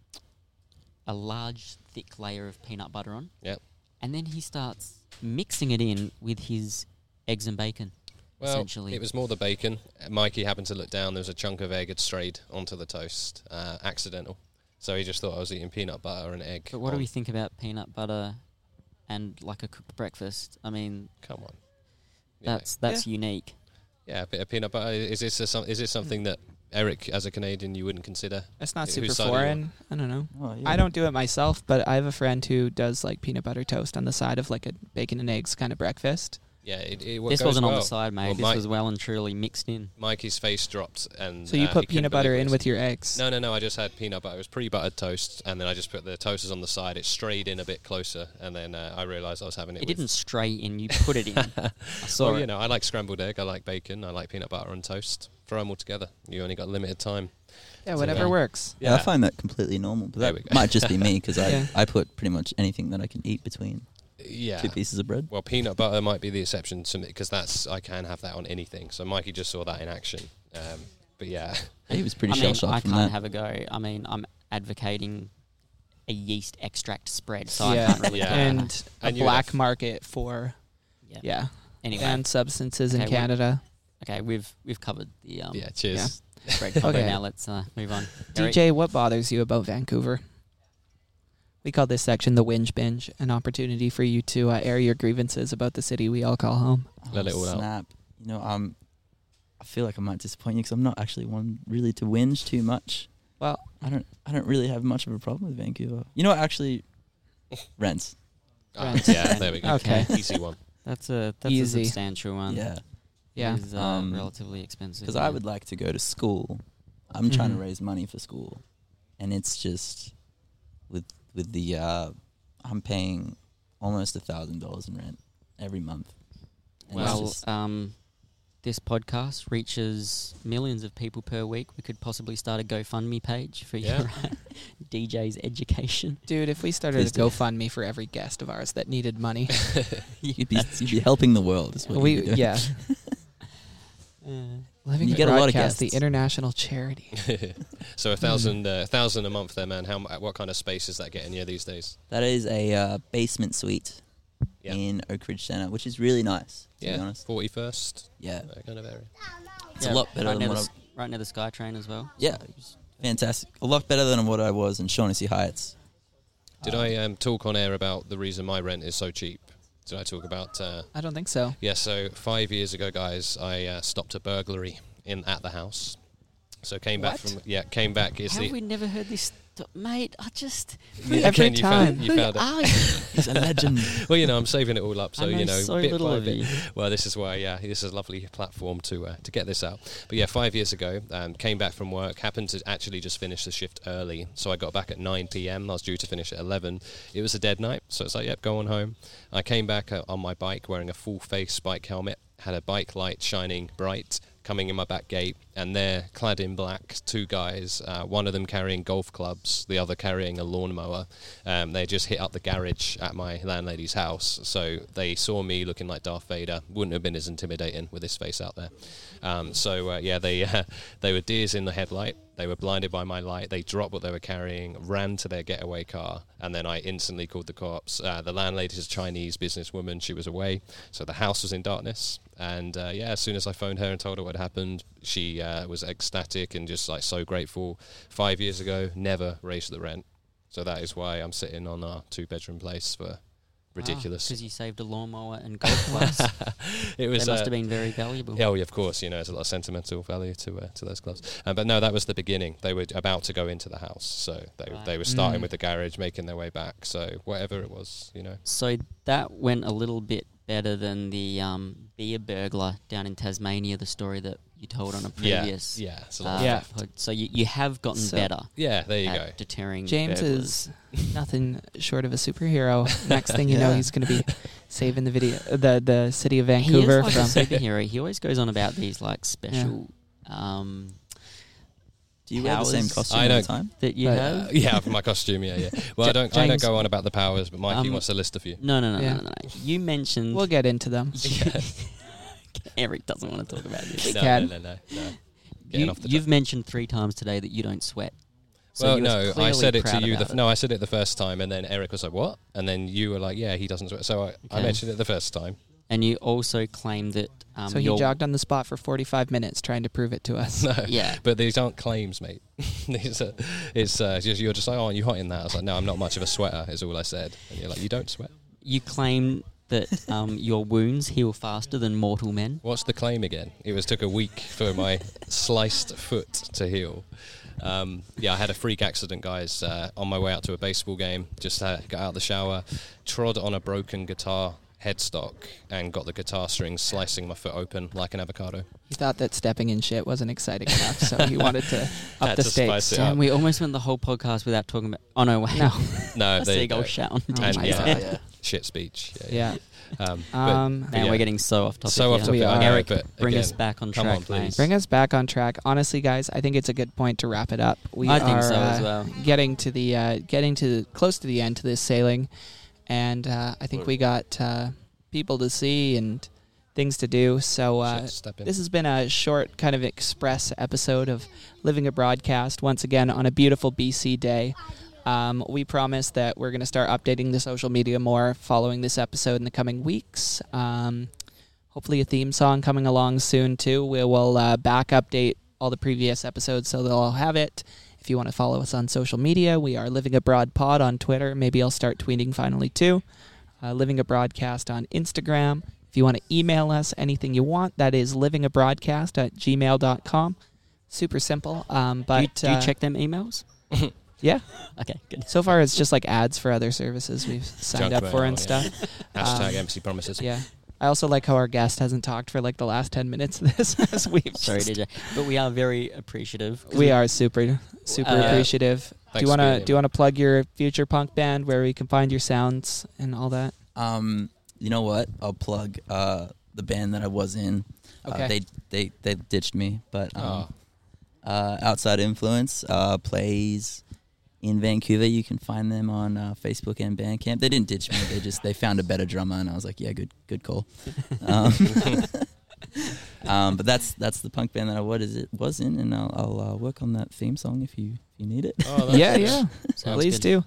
S3: a large, thick layer of peanut butter on.
S2: Yep.
S3: And then he starts mixing it in with his eggs and bacon.
S2: Well,
S3: Essentially.
S2: it was more the bacon. Mikey happened to look down. There was a chunk of egg had strayed onto the toast. Uh, accidental. So he just thought I was eating peanut butter and egg.
S3: But
S2: Oh,
S3: what do
S2: on-
S3: we think about peanut butter and like a cooked breakfast? I mean,
S2: Come on. You know,
S3: that's that's unique.
S2: yeah, a bit of peanut butter. Is this a, some- is it something that Eric, as a Canadian, you wouldn't consider?
S1: That's not
S2: Whose
S1: super
S2: side are you on?
S1: foreign. I don't know.
S4: Oh, yeah.
S1: I don't do it myself, but I have a friend who does like peanut butter toast on the side of like a bacon and eggs kind of breakfast.
S2: Yeah, it, it what
S3: this
S2: goes
S3: wasn't on
S2: well-
S3: the side, mate.
S2: well,
S3: this
S2: Mi-
S3: was well and truly mixed in.
S2: Mikey's face dropped, and
S1: So you
S2: uh,
S1: put
S2: he couldn't
S1: peanut butter
S2: believe
S1: in
S2: it.
S1: with your eggs.
S2: No, no, no. I just had peanut butter. It was pre-buttered toast, and then I just put the toasters on the side. It strayed in a bit closer, and then uh, I realised I was having it.
S3: It
S2: with-
S3: didn't stray in. You put it in. I saw
S2: Well,
S3: it.
S2: you know, I like scrambled egg. I like bacon. I like peanut butter on toast. Throw them all together. You only got limited time.
S1: Yeah, whatever
S2: okay.
S1: works.
S4: Yeah, I find that completely normal, but
S2: There we go.
S4: that might just be me because
S1: Yeah.
S4: I, I put pretty much anything that I can eat between
S2: yeah.
S4: two pieces of bread.
S2: Well, peanut butter might be the exception to me because that's I can have that on anything. So Mikey just saw that in action. Um, but yeah,
S4: He was pretty
S3: I mean,
S4: shell
S3: I
S4: shocked from
S3: can't
S4: that.
S3: have a go. I mean, I'm advocating a yeast extract spread, so
S1: Yeah.
S3: I can't really.
S2: Yeah.
S1: And a
S2: And you
S1: black
S2: have-
S1: market for
S3: yeah.
S1: yeah,
S3: Anyway,
S1: banned substances in
S3: Okay, we're-
S1: Canada.
S3: okay, we've we've covered the um,
S2: yeah. Cheers.
S3: spread. topic.
S1: Okay.
S3: Now let's uh, move on. Eric,
S1: DJ, what bothers you about Vancouver? We call this section the whinge binge, an opportunity for you to uh, air your grievances about the city we all call home.
S2: Let it all out.
S4: Oh, snap. You know, um, I feel like I might disappoint you because I'm not actually one really to whinge too much.
S1: Well-
S4: I don't. I don't really have much of a problem with Vancouver. You know, what, actually, rents.
S2: Ah,
S1: Right.
S2: yeah, there we go.
S1: Okay.
S2: Easy one.
S3: that's a that's
S1: Easy.
S3: a substantial one.
S4: Yeah,
S1: Yeah.
S3: It is, uh,
S4: Um,
S3: relatively expensive.
S4: because
S3: yeah.
S4: I would like to go to school. I'm trying to
S1: Mhm.
S4: raise money for school, and it's just with with the uh, I'm paying almost a thousand dollars in rent every month. And it's
S3: Well,
S4: just-
S3: um, this podcast reaches millions of people per week. We could possibly start a GoFundMe page for
S2: Yeah.
S3: your DJ's education.
S1: Dude, if we started
S4: Please
S1: a
S4: do.
S1: GoFundMe for every guest of ours that needed money,
S4: you'd be you'd be helping the world. Is what
S1: we
S4: you'd be doing.
S1: yeah, Uh, living
S4: You
S1: It
S4: get a lot of
S1: Broadcast, the
S4: guests.
S1: international charity.
S2: So a thousand, uh, thousand a month there, man. How mu- what kind of space is that getting you these days?
S4: That is a uh, basement suite
S2: Yeah.
S4: in Oak Ridge Centre, which is really nice. To be
S2: Yeah,
S4: honest,
S2: forty first,
S4: yeah,
S2: that kind of area.
S4: it's a lot better
S3: right
S4: than
S3: near
S4: what
S3: the,
S4: I,
S3: s- right near the SkyTrain as well.
S4: yeah, it was fantastic. A lot better than what I was in Shaughnessy Heights.
S2: Did
S4: Uh,
S2: I um, talk on air about the reason my rent is so cheap? Did I talk about? Uh,
S1: I don't think so.
S2: yeah, so five years ago, guys, I uh, stopped a burglary in at the house. So came back
S1: What?
S2: from yeah, came back. Is
S3: How
S2: the
S3: have we never heard this, st- mate? I just
S2: Yeah,
S1: Every
S2: Ken, you found-
S1: time.
S2: you found it.
S3: are you?
S4: He's a legend.
S2: Well, you know, I'm saving it all up, so
S3: I know
S2: you know,
S3: so
S2: bit
S3: little
S2: by
S3: of
S2: bit.
S3: you.
S2: Well, this is why, yeah, this is a lovely platform to uh, to get this out. But yeah, five years ago, um, came back from work, happened to actually just finish the shift early, so I got back at 9 p.m. I was due to finish at 11. It was a dead night, so it's like, yep, go on home. I came back uh, on my bike wearing a full face bike helmet, had a bike light shining bright. Coming in my back gate, and they're clad in black. Two guys, uh, one of them carrying golf clubs, the other carrying a lawnmower. Um, they just hit up the garage at my landlady's house, so they saw me looking like Darth Vader. Wouldn't have been as intimidating with his face out there. Um, so uh, yeah, they uh, they were deers in the headlight. They were blinded by my light. They dropped what they were carrying, ran to their getaway car, and then I instantly called the cops. Uh, the landlady's a Chinese businesswoman. She was away, so the house was in darkness. And uh, yeah, as soon as I phoned her and told her what had happened, she uh, was ecstatic and just like so grateful. Five years ago, never raised the rent. So that is why I'm sitting on our two bedroom place for ridiculous.
S3: Because Ah, you saved a lawnmower and golf clubs. they
S2: it was
S3: must
S2: uh,
S3: have been very valuable.
S2: yeah, oh, yeah, of course. You know, there's a lot of sentimental value to uh, to those clubs. Um, but no, that was the beginning. They were about to go into the house, so they
S3: Right.
S2: they were starting
S1: Mm.
S2: with the garage, making their way back. So whatever it was, you know,
S3: So that went a little bit better than the um, beer burglar down in Tasmania, the story that you told on a previous.
S2: Yeah, yeah, it's a
S3: uh,
S2: lot.
S1: Yeah.
S3: pod. So you, you have gotten
S1: So-
S3: better
S2: yeah, there you
S3: at
S2: go. Hmm.
S3: deterring
S1: James
S3: burglars.
S1: is nothing short of a superhero. Next thing you know,
S4: Yeah.
S1: he's going to be saving the video, the the city of Vancouver
S3: he is
S1: from.
S3: like a superhero. He always goes on about these like special um,
S4: Do you wear the same
S3: Powers.
S4: costume
S2: I
S4: all the
S2: don't-
S4: time?
S3: that you
S1: Uh,
S3: have.
S2: Uh, yeah, for my costume. Yeah, yeah. Well, I don't. I don't
S1: James-
S2: go on about the powers, but Mikey
S3: Um,
S2: wants to list a few.
S3: No, no, no,
S1: Yeah.
S3: no, no, no. You mentioned
S1: we'll get into them.
S3: Eric doesn't want to talk about this.
S1: We
S2: no,
S1: can.
S2: no, no, no, no. Getting
S3: You,
S2: off the
S3: you've mentioned three times today that you don't sweat. So
S2: well,
S3: you was
S2: no, I
S3: clearly
S2: said it to
S3: proud
S2: you. The,
S3: about
S2: f- no, I said it the first time, and then Eric was like, "What?" And then you were like, "Yeah, he doesn't." sweat." So I, I
S3: Okay.
S2: mentioned it the first time.
S3: and you also claim that um,
S1: so he
S3: you're
S1: jogged on the spot for 45 minutes trying to prove it to us.
S2: No,
S3: Yeah.
S2: but these aren't claims, mate. these are, it's uh, just you're just like, "Oh, are you hot in that?" I was like, "No, I'm not much of a sweater," is all I said. And you're like, "You don't sweat."
S3: you claim that um, your wounds heal faster than mortal men.
S2: What's the claim again? It was took a week for my sliced foot to heal. Um, yeah, I had a freak accident, guys. Uh, on my way out to a baseball game, just uh, got out of the shower, trod on a broken guitar headstock, and got the guitar strings slicing my foot open like an avocado.
S1: He thought that stepping in shit wasn't exciting enough, so he wanted to
S2: Had
S1: up the
S2: to spice
S1: stakes.
S2: it
S3: Damn,
S2: up.
S3: we almost went the whole podcast without talking about. Oh no, wait,
S1: No,
S2: Uh, No,
S3: a
S2: there you
S3: seagull
S2: go.
S3: shout on
S1: Oh
S2: And
S1: my
S2: yeah,
S1: God.
S2: shit speech.
S1: yeah.
S2: Um, but-
S1: Um,
S3: Man,
S2: yeah.
S3: we're getting so off topic.
S2: so off
S3: here.
S2: topic,
S1: We
S2: I
S1: are.
S2: know,
S3: Eric,
S2: but
S3: bring us
S2: again,
S3: back on
S2: come
S3: track,
S2: on, please.
S3: mate.
S1: Bring us back on track. Honestly, guys, I think it's a good point to wrap it up. We
S3: I think
S1: are,
S3: so as
S1: uh,
S3: well.
S1: getting to the uh, getting to close to the end to this sailing, and uh, I think we got uh, people to see and things to do. So uh,
S2: shit, step in.
S1: this has been a short, kind of express episode of Living a Broadcast. Once again, on a beautiful BC day. Um, we promise that we're going to start updating the social media more following this episode in the coming weeks. Um, hopefully, a theme song coming along soon, too. We will uh, back update all the previous episodes so they'll all have it. If you want to follow us on social media, we are Living Abroad Pod on Twitter. Maybe I'll start tweeting finally, too. Uh, Living a Broadcast on Instagram. If you want to email us anything you want, that is livingabroadcast at gmail.com. Super simple. Um, but
S3: do you, do you
S1: uh,
S3: check them emails?
S1: yeah.
S3: Okay, good.
S1: So far, it's just like ads for other services we've signed
S2: Junk
S1: up for
S2: mail,
S1: and
S2: yeah.
S1: stuff.
S2: Hashtag
S1: um,
S2: empty promises.
S1: Yeah. I also like how our guest hasn't talked for like the last 10 minutes of this as we've.
S3: Sorry,
S1: just-
S3: DJ, but we are very appreciative. 'cause
S1: we are super, super
S3: Uh,
S1: appreciative. Do you
S2: Thanks for
S1: want to
S2: being
S1: do you want to plug your future punk band where we can find your sounds and all that?
S4: Um, you know what? I'll plug uh, the band that I was in.
S1: Okay.
S4: Uh, they they they ditched me, but um,
S2: Oh.
S4: uh, Outside Influence uh, plays in Vancouver. You can find them on uh, Facebook and Bandcamp. They didn't ditch me. They just they found a better drummer, and I was like, yeah, good good call. Um, um, but that's that's the punk band that I what is it was in, and I'll, I'll uh, work on that theme song if you if you need it.
S2: Oh, that's
S1: Yeah,
S2: good.
S1: yeah.
S3: sounds
S1: Please
S3: good.
S1: do.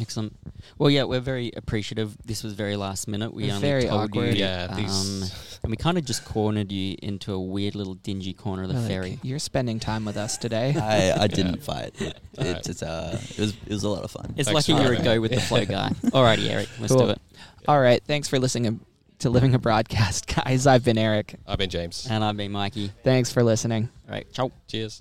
S3: Excellent. Well, yeah, we're very appreciative. This was very last minute. We only
S1: Very
S3: told
S1: awkward.
S3: you,
S2: Yeah, these-
S3: um, and we kind of just cornered you into a weird little dingy corner of the
S1: Like,
S3: ferry.
S1: You're spending time with us today.
S4: I, I didn't fight. It,
S2: Alright.
S4: it's, uh, it was it was a lot of fun.
S3: It's
S2: Thanks
S3: lucky
S2: for
S3: you're a
S2: having
S3: go
S2: me.
S3: with the flow guy. Alrighty, Eric, let's
S1: Cool.
S3: do it.
S1: All right. Thanks for listening to Living a Broadcast, guys. I've been Eric.
S2: I've been James.
S1: uh,
S3: And I've been Mikey.
S1: Thanks for listening.
S3: All right, ciao.
S2: Cheers.